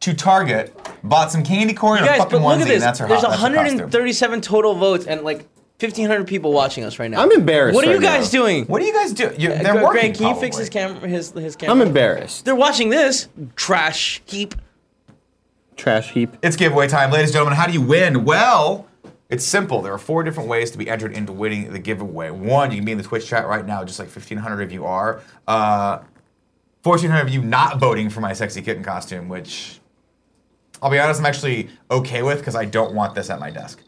[SPEAKER 1] to Target, bought some candy corn
[SPEAKER 2] You
[SPEAKER 1] and a
[SPEAKER 2] guys,
[SPEAKER 1] fucking
[SPEAKER 2] but
[SPEAKER 1] onesie,
[SPEAKER 2] look at this.
[SPEAKER 1] and that's her
[SPEAKER 2] There's
[SPEAKER 1] hot, that's her costume.
[SPEAKER 2] 137 total votes and like 1,500 people watching us right now.
[SPEAKER 5] I'm embarrassed
[SPEAKER 2] What are you
[SPEAKER 5] right
[SPEAKER 2] guys
[SPEAKER 5] now.
[SPEAKER 2] doing?
[SPEAKER 1] What do you guys do? You, they're
[SPEAKER 2] Uh, Greg,
[SPEAKER 1] working.
[SPEAKER 2] Greg, can you fix
[SPEAKER 1] probably.
[SPEAKER 2] his camera? His his camera.
[SPEAKER 5] I'm embarrassed.
[SPEAKER 2] They're watching this trash heap.
[SPEAKER 5] Trash heap.
[SPEAKER 1] It's giveaway time, ladies and gentlemen. How do you win? Well, it's simple. There are four different ways to be entered into winning the giveaway. One, you can be in the Twitch chat right now, just like 1,500 of you are. Uh, 1,400 of you not voting for my sexy kitten costume, which I'll be honest, I'm actually okay with because I don't want this at my desk.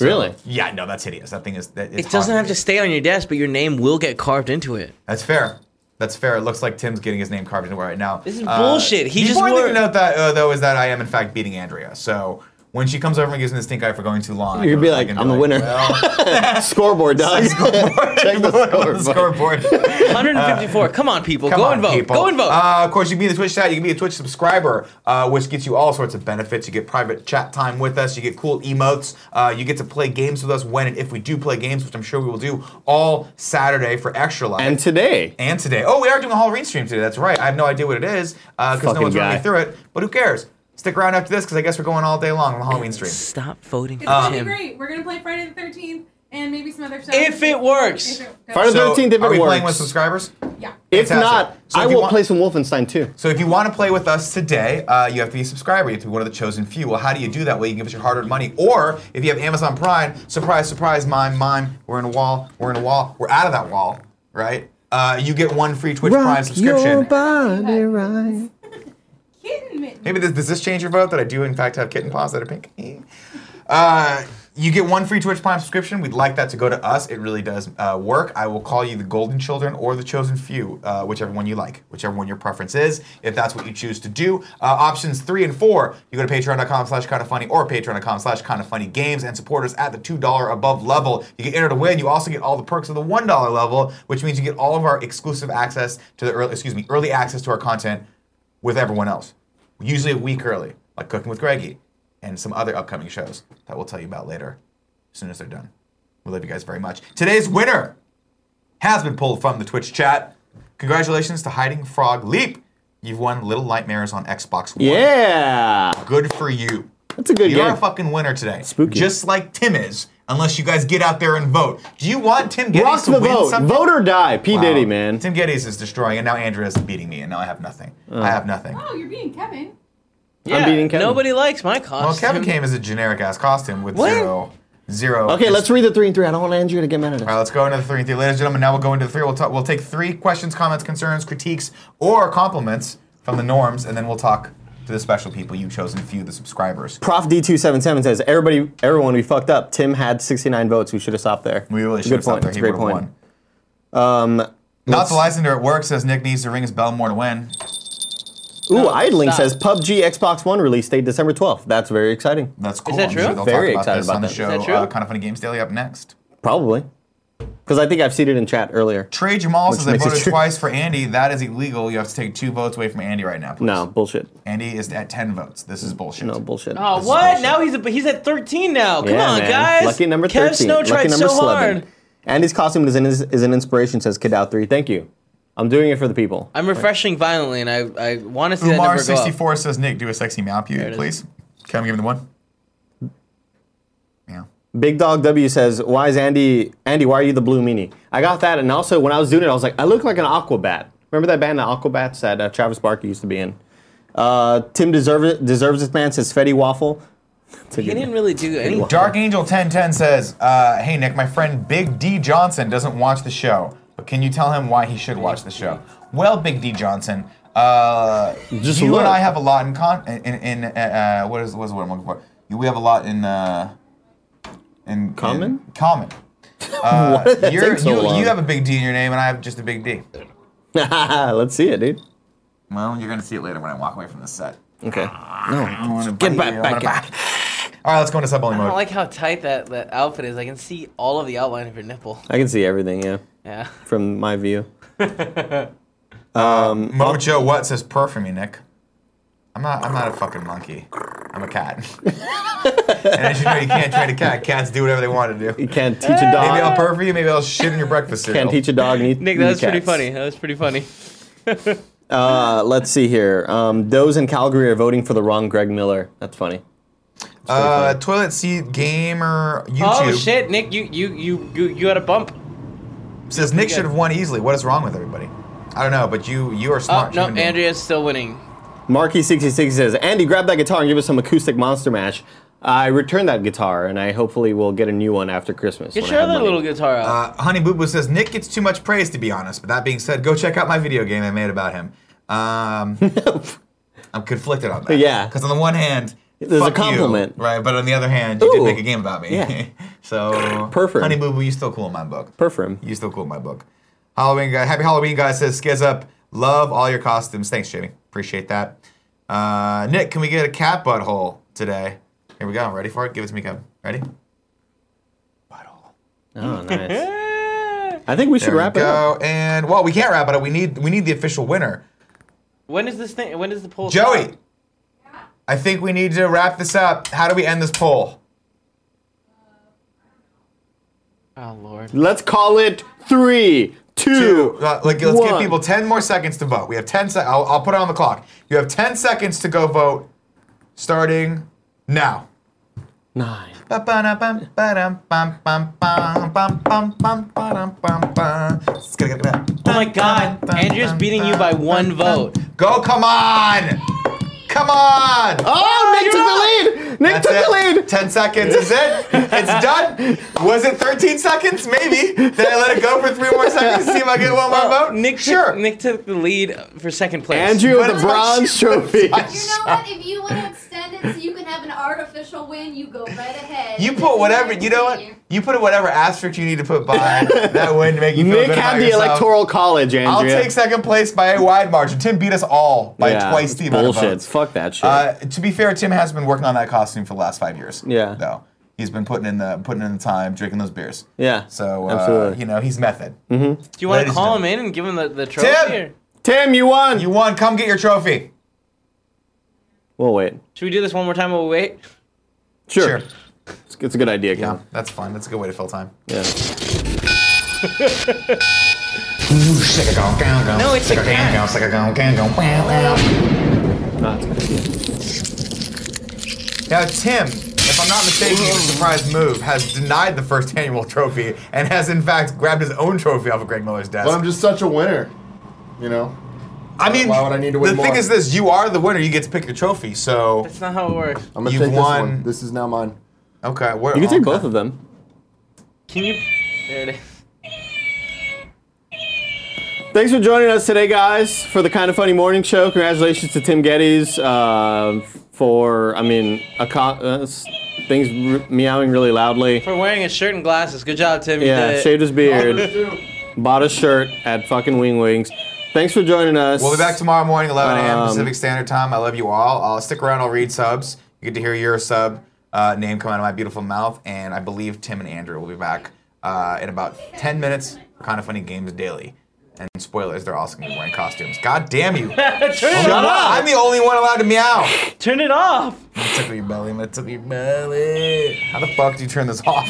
[SPEAKER 5] Really?
[SPEAKER 1] Yeah, no, that's hideous. That thing is. That, it's
[SPEAKER 2] It doesn't
[SPEAKER 1] hot.
[SPEAKER 2] have to stay on your desk, but your name will get carved into it.
[SPEAKER 1] That's fair. That's fair. It looks like Tim's getting his name carved into it right now. Uh,
[SPEAKER 2] This is bullshit. He
[SPEAKER 1] the
[SPEAKER 2] just
[SPEAKER 1] important thing to
[SPEAKER 2] wore-
[SPEAKER 1] note that uh, though is that I am in fact beating Andrea. So when she comes over and gives me the stink eye for going too long, I can-
[SPEAKER 5] You're gonna be
[SPEAKER 1] I
[SPEAKER 5] like,
[SPEAKER 1] can
[SPEAKER 5] "I'm the winner."
[SPEAKER 1] Well,
[SPEAKER 5] Scoreboard, dog. Check the
[SPEAKER 1] on the
[SPEAKER 5] scoreboard.
[SPEAKER 1] scoreboard.
[SPEAKER 2] 154. Come on, people.
[SPEAKER 1] Uh, Come
[SPEAKER 2] Go
[SPEAKER 1] on,
[SPEAKER 2] and vote.
[SPEAKER 1] people.
[SPEAKER 2] Go and vote.
[SPEAKER 1] Uh, of course, you can be the Twitch chat. You can be a Twitch subscriber, uh, which gets you all sorts of benefits. You get private chat time with us. You get cool emotes. Uh, you get to play games with us when and if we do play games, which I'm sure we will do all Saturday for Extra Life.
[SPEAKER 5] And today,
[SPEAKER 1] and today. Oh, we are doing a Halloween stream today. That's right. I have no idea what it is because no
[SPEAKER 5] Fucking
[SPEAKER 1] one's running
[SPEAKER 5] guy.
[SPEAKER 1] me through it. But who cares? Stick around after this because I guess we're going all day long on the Halloween stream.
[SPEAKER 2] Stop voting
[SPEAKER 9] It's
[SPEAKER 2] for
[SPEAKER 9] gonna be
[SPEAKER 2] him.
[SPEAKER 9] great. We're gonna play Friday the Thirteenth,
[SPEAKER 4] and maybe some other stuff.
[SPEAKER 2] If it works.
[SPEAKER 4] If it-
[SPEAKER 5] Friday the
[SPEAKER 1] So,
[SPEAKER 5] 13th, if
[SPEAKER 1] are
[SPEAKER 5] it
[SPEAKER 1] we playing
[SPEAKER 5] works.
[SPEAKER 1] with subscribers?
[SPEAKER 4] yeah.
[SPEAKER 5] If
[SPEAKER 1] Fantastic.
[SPEAKER 5] not,
[SPEAKER 1] So
[SPEAKER 5] I
[SPEAKER 1] if you
[SPEAKER 5] will
[SPEAKER 1] want-
[SPEAKER 5] play some Wolfenstein too.
[SPEAKER 1] So if you want to play with us today, uh, you have to be a subscriber. You have to be one of the chosen few. Well, how do you do that? Well, you can give us your hard-earned money, or if you have Amazon Prime, surprise, surprise, mime, mime. We're in a wall. We're in a wall. We're out of that wall, right? Uh, you get one free Twitch Prime subscription.
[SPEAKER 5] body right.
[SPEAKER 4] Kitten mitten.
[SPEAKER 1] Maybe this, does this change your vote that I do in fact have kitten paws that are pink? Eh. Uh, you get one free Twitch Prime subscription. We'd like that to go to us. It really does uh, work. I will call you the Golden Children or the Chosen Few, uh, whichever one you like, whichever one your preference is. If that's what you choose to do, uh, options three and four, you go to Patreon.com/slash Kind of Funny or Patreon.com/slash Kind of Funny Games and supporters at the two dollar above level. You get entered to win. You also get all the perks of the one dollar level, which means you get all of our exclusive access to the early, excuse me, early access to our content with everyone else. Usually a week early, like Cooking with Greggy and some other upcoming shows that we'll tell you about later as soon as they're done. We love you guys very much. Today's winner has been pulled from the Twitch chat. Congratulations to Hiding Frog Leap. You've won Little Nightmares on Xbox One.
[SPEAKER 5] Yeah,
[SPEAKER 1] Good for you.
[SPEAKER 5] that's a good
[SPEAKER 1] You're a
[SPEAKER 5] game.
[SPEAKER 1] fucking winner today.
[SPEAKER 5] Spooky.
[SPEAKER 1] Just like Tim is, unless you guys get out there and vote. Do you want Tim Geddes
[SPEAKER 5] Rock
[SPEAKER 1] to
[SPEAKER 5] the
[SPEAKER 1] win
[SPEAKER 5] vote.
[SPEAKER 1] something?
[SPEAKER 5] Vote or die. P
[SPEAKER 1] Wow.
[SPEAKER 5] Diddy, man.
[SPEAKER 1] Tim Geddes is destroying, and now Andrea is beating me, and now I have nothing.
[SPEAKER 5] Uh.
[SPEAKER 1] I have nothing.
[SPEAKER 4] Oh, you're beating Kevin.
[SPEAKER 5] I'm beating Kevin.
[SPEAKER 2] Nobody likes my
[SPEAKER 1] Well,
[SPEAKER 2] costume.
[SPEAKER 1] Kevin came as a generic ass costume with
[SPEAKER 2] What?
[SPEAKER 1] zero, zero.
[SPEAKER 5] Okay, let's read the three and three. I don't want Andrew to get mad at
[SPEAKER 1] All
[SPEAKER 5] us.
[SPEAKER 1] right, let's go into the three and three, ladies and gentlemen. Now we'll go into the three. We'll talk. We'll take three questions, comments, concerns, critiques, or compliments from the norms, and then we'll talk to the special people you chosen few, the subscribers.
[SPEAKER 5] Prof D two seven seven says everybody, everyone, we fucked up. Tim had sixty nine votes. We should have stopped there.
[SPEAKER 1] We really
[SPEAKER 5] Good
[SPEAKER 1] should have stopped
[SPEAKER 5] point.
[SPEAKER 1] there.
[SPEAKER 5] It's
[SPEAKER 1] He
[SPEAKER 5] a great
[SPEAKER 1] would've
[SPEAKER 5] point. Um,
[SPEAKER 1] won. Not the licensor at work says Nick needs to ring his bell more to win.
[SPEAKER 5] Ooh,
[SPEAKER 2] No,
[SPEAKER 5] Idling
[SPEAKER 2] stop.
[SPEAKER 5] says PUBG Xbox One release date December twelfth. That's very exciting.
[SPEAKER 1] That's cool.
[SPEAKER 2] that
[SPEAKER 1] I'm sure
[SPEAKER 2] true?
[SPEAKER 1] they'll
[SPEAKER 5] Very
[SPEAKER 1] talk about
[SPEAKER 5] excited
[SPEAKER 1] this
[SPEAKER 5] about
[SPEAKER 1] on the
[SPEAKER 5] that. Is
[SPEAKER 1] show.
[SPEAKER 2] that true?
[SPEAKER 1] Uh, kind of funny games daily up next.
[SPEAKER 5] Probably, because I think I've seen it in chat earlier.
[SPEAKER 1] Trey Jamal
[SPEAKER 5] Which
[SPEAKER 1] says I
[SPEAKER 5] makes it
[SPEAKER 1] voted
[SPEAKER 5] true.
[SPEAKER 1] twice for Andy. That is illegal. You have to take two votes away from Andy right now. please.
[SPEAKER 5] No bullshit.
[SPEAKER 1] Andy is at ten votes. This is bullshit.
[SPEAKER 5] No bullshit.
[SPEAKER 2] Oh,
[SPEAKER 1] is
[SPEAKER 2] what?
[SPEAKER 1] bullshit.
[SPEAKER 2] Now he's a, he's at 13 now. Come
[SPEAKER 5] Yeah,
[SPEAKER 2] on,
[SPEAKER 5] man.
[SPEAKER 2] guys.
[SPEAKER 5] Lucky number
[SPEAKER 2] Kev
[SPEAKER 5] thirteen.
[SPEAKER 2] Snow
[SPEAKER 5] Lucky
[SPEAKER 2] tried
[SPEAKER 5] number
[SPEAKER 2] so hard.
[SPEAKER 5] And his costume is an, is, is an inspiration. Says Kid Out Three. Thank you. I'm doing it for the people.
[SPEAKER 2] I'm refreshing violently, and I, I want to see
[SPEAKER 1] Umar
[SPEAKER 2] that number go up.
[SPEAKER 1] 64 says, Nick, do a sexy meow pew,
[SPEAKER 2] it is.
[SPEAKER 1] please. Can we give him the one? Yeah.
[SPEAKER 5] Big Dog W says, "Why is Andy Andy? Why are you the blue meanie?" I got that, and also when I was doing it, I was like, "I look like an Aquabat." Remember that band, the Aquabats, that uh, Travis Barker used to be in. Uh, Tim deserves deserves this man says Fetty Waffle. That's a
[SPEAKER 2] He
[SPEAKER 5] good
[SPEAKER 2] didn't
[SPEAKER 5] one.
[SPEAKER 2] really do anything.
[SPEAKER 1] Dark Angel 1010 says, uh, Hey, Nick, my friend Big D Johnson doesn't watch the show, but can you tell him why he should watch the show? Well, Big D Johnson, uh,
[SPEAKER 5] Just
[SPEAKER 1] you
[SPEAKER 5] look.
[SPEAKER 1] and I have a lot in con. In, in, in uh, uh, what is what is what I'm looking for? You- We have a lot in uh, in
[SPEAKER 5] Common?
[SPEAKER 1] In common. Uh,
[SPEAKER 5] Why did that
[SPEAKER 1] You're,
[SPEAKER 5] take so
[SPEAKER 1] you,
[SPEAKER 5] long?
[SPEAKER 1] you have a big D in your name, and I have just a big D.
[SPEAKER 5] Let's see it, dude.
[SPEAKER 1] Well, you're gonna see it later when I walk away from the set. Ah,
[SPEAKER 5] Okay.
[SPEAKER 1] I wanna
[SPEAKER 5] Get
[SPEAKER 1] bite
[SPEAKER 5] back,
[SPEAKER 1] you, I
[SPEAKER 5] back
[SPEAKER 1] wanna
[SPEAKER 5] in.
[SPEAKER 1] bite. All right, let's go into sub only
[SPEAKER 2] I
[SPEAKER 1] mode.
[SPEAKER 2] don't like how tight that, that outfit is. I can see all of the outline of your nipple.
[SPEAKER 5] I can see everything, yeah,
[SPEAKER 2] Yeah.
[SPEAKER 5] from my view.
[SPEAKER 1] Mojo what says purr for me, Nick. I'm not. I'm not a fucking monkey. I'm a cat. and as you know, you can't train a cat. Cats do whatever they want to do.
[SPEAKER 5] You can't teach a
[SPEAKER 1] Maybe I'll
[SPEAKER 5] dog.
[SPEAKER 1] purr for you. Maybe I'll shit in your breakfast cereal.
[SPEAKER 5] Can't teach a dog. Need,
[SPEAKER 2] Nick,
[SPEAKER 5] need
[SPEAKER 2] that was pretty
[SPEAKER 5] cats.
[SPEAKER 2] funny. That was pretty funny.
[SPEAKER 5] Uh, let's see here. Um, those in Calgary are voting for the wrong Greg Miller. That's funny.
[SPEAKER 1] Uh, toilet seat gamer YouTube
[SPEAKER 2] Oh shit, Nick, you you you you you had a bump.
[SPEAKER 1] says Nick should have won easily. What is wrong with everybody? I don't know, but you you are
[SPEAKER 2] Oh
[SPEAKER 1] smart.
[SPEAKER 2] no,
[SPEAKER 1] human being.
[SPEAKER 2] Andrea's still winning.
[SPEAKER 5] Marky66 says, Andy, grab that guitar and give us some acoustic monster mash. I returned that guitar, and I hopefully will get a new one after Christmas.
[SPEAKER 2] Get
[SPEAKER 5] when I
[SPEAKER 2] your
[SPEAKER 5] have
[SPEAKER 2] other
[SPEAKER 5] money.
[SPEAKER 2] little guitar out.
[SPEAKER 1] Uh, Honey Boo Boo says Nick gets too much praise to be honest. But that being said, go check out my video game I made about him. Um, I'm conflicted on that.
[SPEAKER 5] Yeah.
[SPEAKER 1] Because on the one hand,
[SPEAKER 5] There's a
[SPEAKER 1] fuck you,
[SPEAKER 5] compliment.
[SPEAKER 1] right? But on the other hand, you did
[SPEAKER 5] Ooh.
[SPEAKER 1] make a game about me.
[SPEAKER 5] Yeah.
[SPEAKER 1] so
[SPEAKER 5] Perfect.
[SPEAKER 1] Honey Boo Boo, you still cool in my book.
[SPEAKER 5] Perfect.
[SPEAKER 1] You still cool in my book. Halloween guy, happy Halloween guy says skiz up. Love all your costumes. Thanks, Jamie. Appreciate that. Uh, Nick, can we get a cat butthole today? Here we go. Ready for it? Give it to me, Kevin. Ready? Butthole.
[SPEAKER 5] Oh, nice. I think we should wrap it up.
[SPEAKER 1] And well, we can't wrap it up. We need we need the official winner,
[SPEAKER 2] when is this thing? When is the poll?
[SPEAKER 1] Joey.
[SPEAKER 2] stop?
[SPEAKER 1] I think we need to wrap this up. How do we end this poll?
[SPEAKER 2] Oh lord.
[SPEAKER 5] Let's call it three, two,
[SPEAKER 1] Uh, like, let's give
[SPEAKER 5] one.
[SPEAKER 1] people ten more seconds to vote. We have ten. sec I'll, I'll put it on the clock. You have ten seconds to go vote, starting now.
[SPEAKER 5] Nine.
[SPEAKER 1] Oh
[SPEAKER 2] Oh my God, Andrea's beating you by one vote.
[SPEAKER 1] Go, come on! Come on!
[SPEAKER 5] Oh, Nick took the lead. Nick
[SPEAKER 1] That's
[SPEAKER 5] took
[SPEAKER 1] it.
[SPEAKER 5] the lead.
[SPEAKER 1] 10 seconds is it. It's done. Was it 13 seconds? Maybe. Did I let it go for three more seconds to see if I get one more vote?
[SPEAKER 2] Nick,
[SPEAKER 1] sure.
[SPEAKER 2] Nick took the lead for second place.
[SPEAKER 5] Andrew
[SPEAKER 1] But
[SPEAKER 5] with the
[SPEAKER 1] it's my
[SPEAKER 5] bronze trophy.
[SPEAKER 9] You know what? If you want to extend it so you can have an artificial win, you go right ahead.
[SPEAKER 1] You put whatever, you know what? You put whatever asterisk you need to put by that win to make you feel
[SPEAKER 5] Nick
[SPEAKER 1] good about
[SPEAKER 5] had the
[SPEAKER 1] yourself.
[SPEAKER 5] electoral college, Andrea.
[SPEAKER 1] I'll take second place by a wide margin. Tim beat us all by
[SPEAKER 5] Yeah,
[SPEAKER 1] twice the
[SPEAKER 5] it's
[SPEAKER 1] amount
[SPEAKER 5] Bullshit.
[SPEAKER 1] of votes.
[SPEAKER 5] Fuck that shit.
[SPEAKER 1] Uh, to be fair, Tim has been working on that costume for the last five years.
[SPEAKER 5] Yeah.
[SPEAKER 1] Though he's been putting in the putting in the time, drinking those beers.
[SPEAKER 5] yeah.
[SPEAKER 1] So uh,
[SPEAKER 5] Absolutely.
[SPEAKER 1] you know he's method.
[SPEAKER 2] Do you want to
[SPEAKER 1] Ladies and
[SPEAKER 2] call him in and give him the, the trophy? or-
[SPEAKER 5] Tim, you won.
[SPEAKER 1] You won. Come get your trophy.
[SPEAKER 5] we'll wait.
[SPEAKER 2] Should we do this one more time while we wait?
[SPEAKER 5] Sure. It's, it's a good idea,
[SPEAKER 1] Yeah,
[SPEAKER 5] Ken.
[SPEAKER 1] Oh, that's fun. That's a good way to fill time.
[SPEAKER 5] Yeah.
[SPEAKER 1] No,
[SPEAKER 2] it's a cat.
[SPEAKER 5] No, it's a good idea.
[SPEAKER 1] Now, Tim, if I'm not mistaken, in a surprise move, has denied the first annual trophy and has, in fact, grabbed his own trophy off of Greg Miller's desk.
[SPEAKER 8] But I'm just such a winner, you know.
[SPEAKER 1] I mean,
[SPEAKER 8] why would I need to win
[SPEAKER 1] the thing
[SPEAKER 8] more?
[SPEAKER 1] is this you are the winner. You get to pick your trophy. So,
[SPEAKER 2] That's not how it works.
[SPEAKER 8] I'm gonna
[SPEAKER 1] You've
[SPEAKER 8] take this
[SPEAKER 1] won.
[SPEAKER 8] one. This is now mine.
[SPEAKER 1] okay. Where,
[SPEAKER 5] You can take
[SPEAKER 1] okay.
[SPEAKER 5] both of them.
[SPEAKER 2] Can you? There it is.
[SPEAKER 5] Thanks for joining us today, guys, for the Kind of Funny Morning Show. Congratulations to Tim Geddes uh, for, I mean, a co- uh, s- things r- meowing really loudly.
[SPEAKER 2] For wearing a shirt and glasses. Good job, Tim. You did
[SPEAKER 5] Yeah,
[SPEAKER 2] it.
[SPEAKER 5] shaved his beard, bought a shirt at fucking Wing Wings. Thanks for joining us.
[SPEAKER 1] We'll be back tomorrow morning, 11 a.m.
[SPEAKER 5] Um,
[SPEAKER 1] Pacific Standard Time. I love you all. I'll stick around. I'll read subs. You get to hear your sub uh, name come out of my beautiful mouth. And I believe Tim and Andrew will be back uh, in about 10 minutes. Kind of funny games daily. And spoilers, they're also going to be wearing costumes. God damn you.
[SPEAKER 2] turn it
[SPEAKER 1] Shut up.
[SPEAKER 2] off.
[SPEAKER 1] I'm the only one allowed to meow.
[SPEAKER 2] Turn it off.
[SPEAKER 1] I'm gonna tickle your belly. I'm gonna tickle your belly. How the fuck do you turn this off?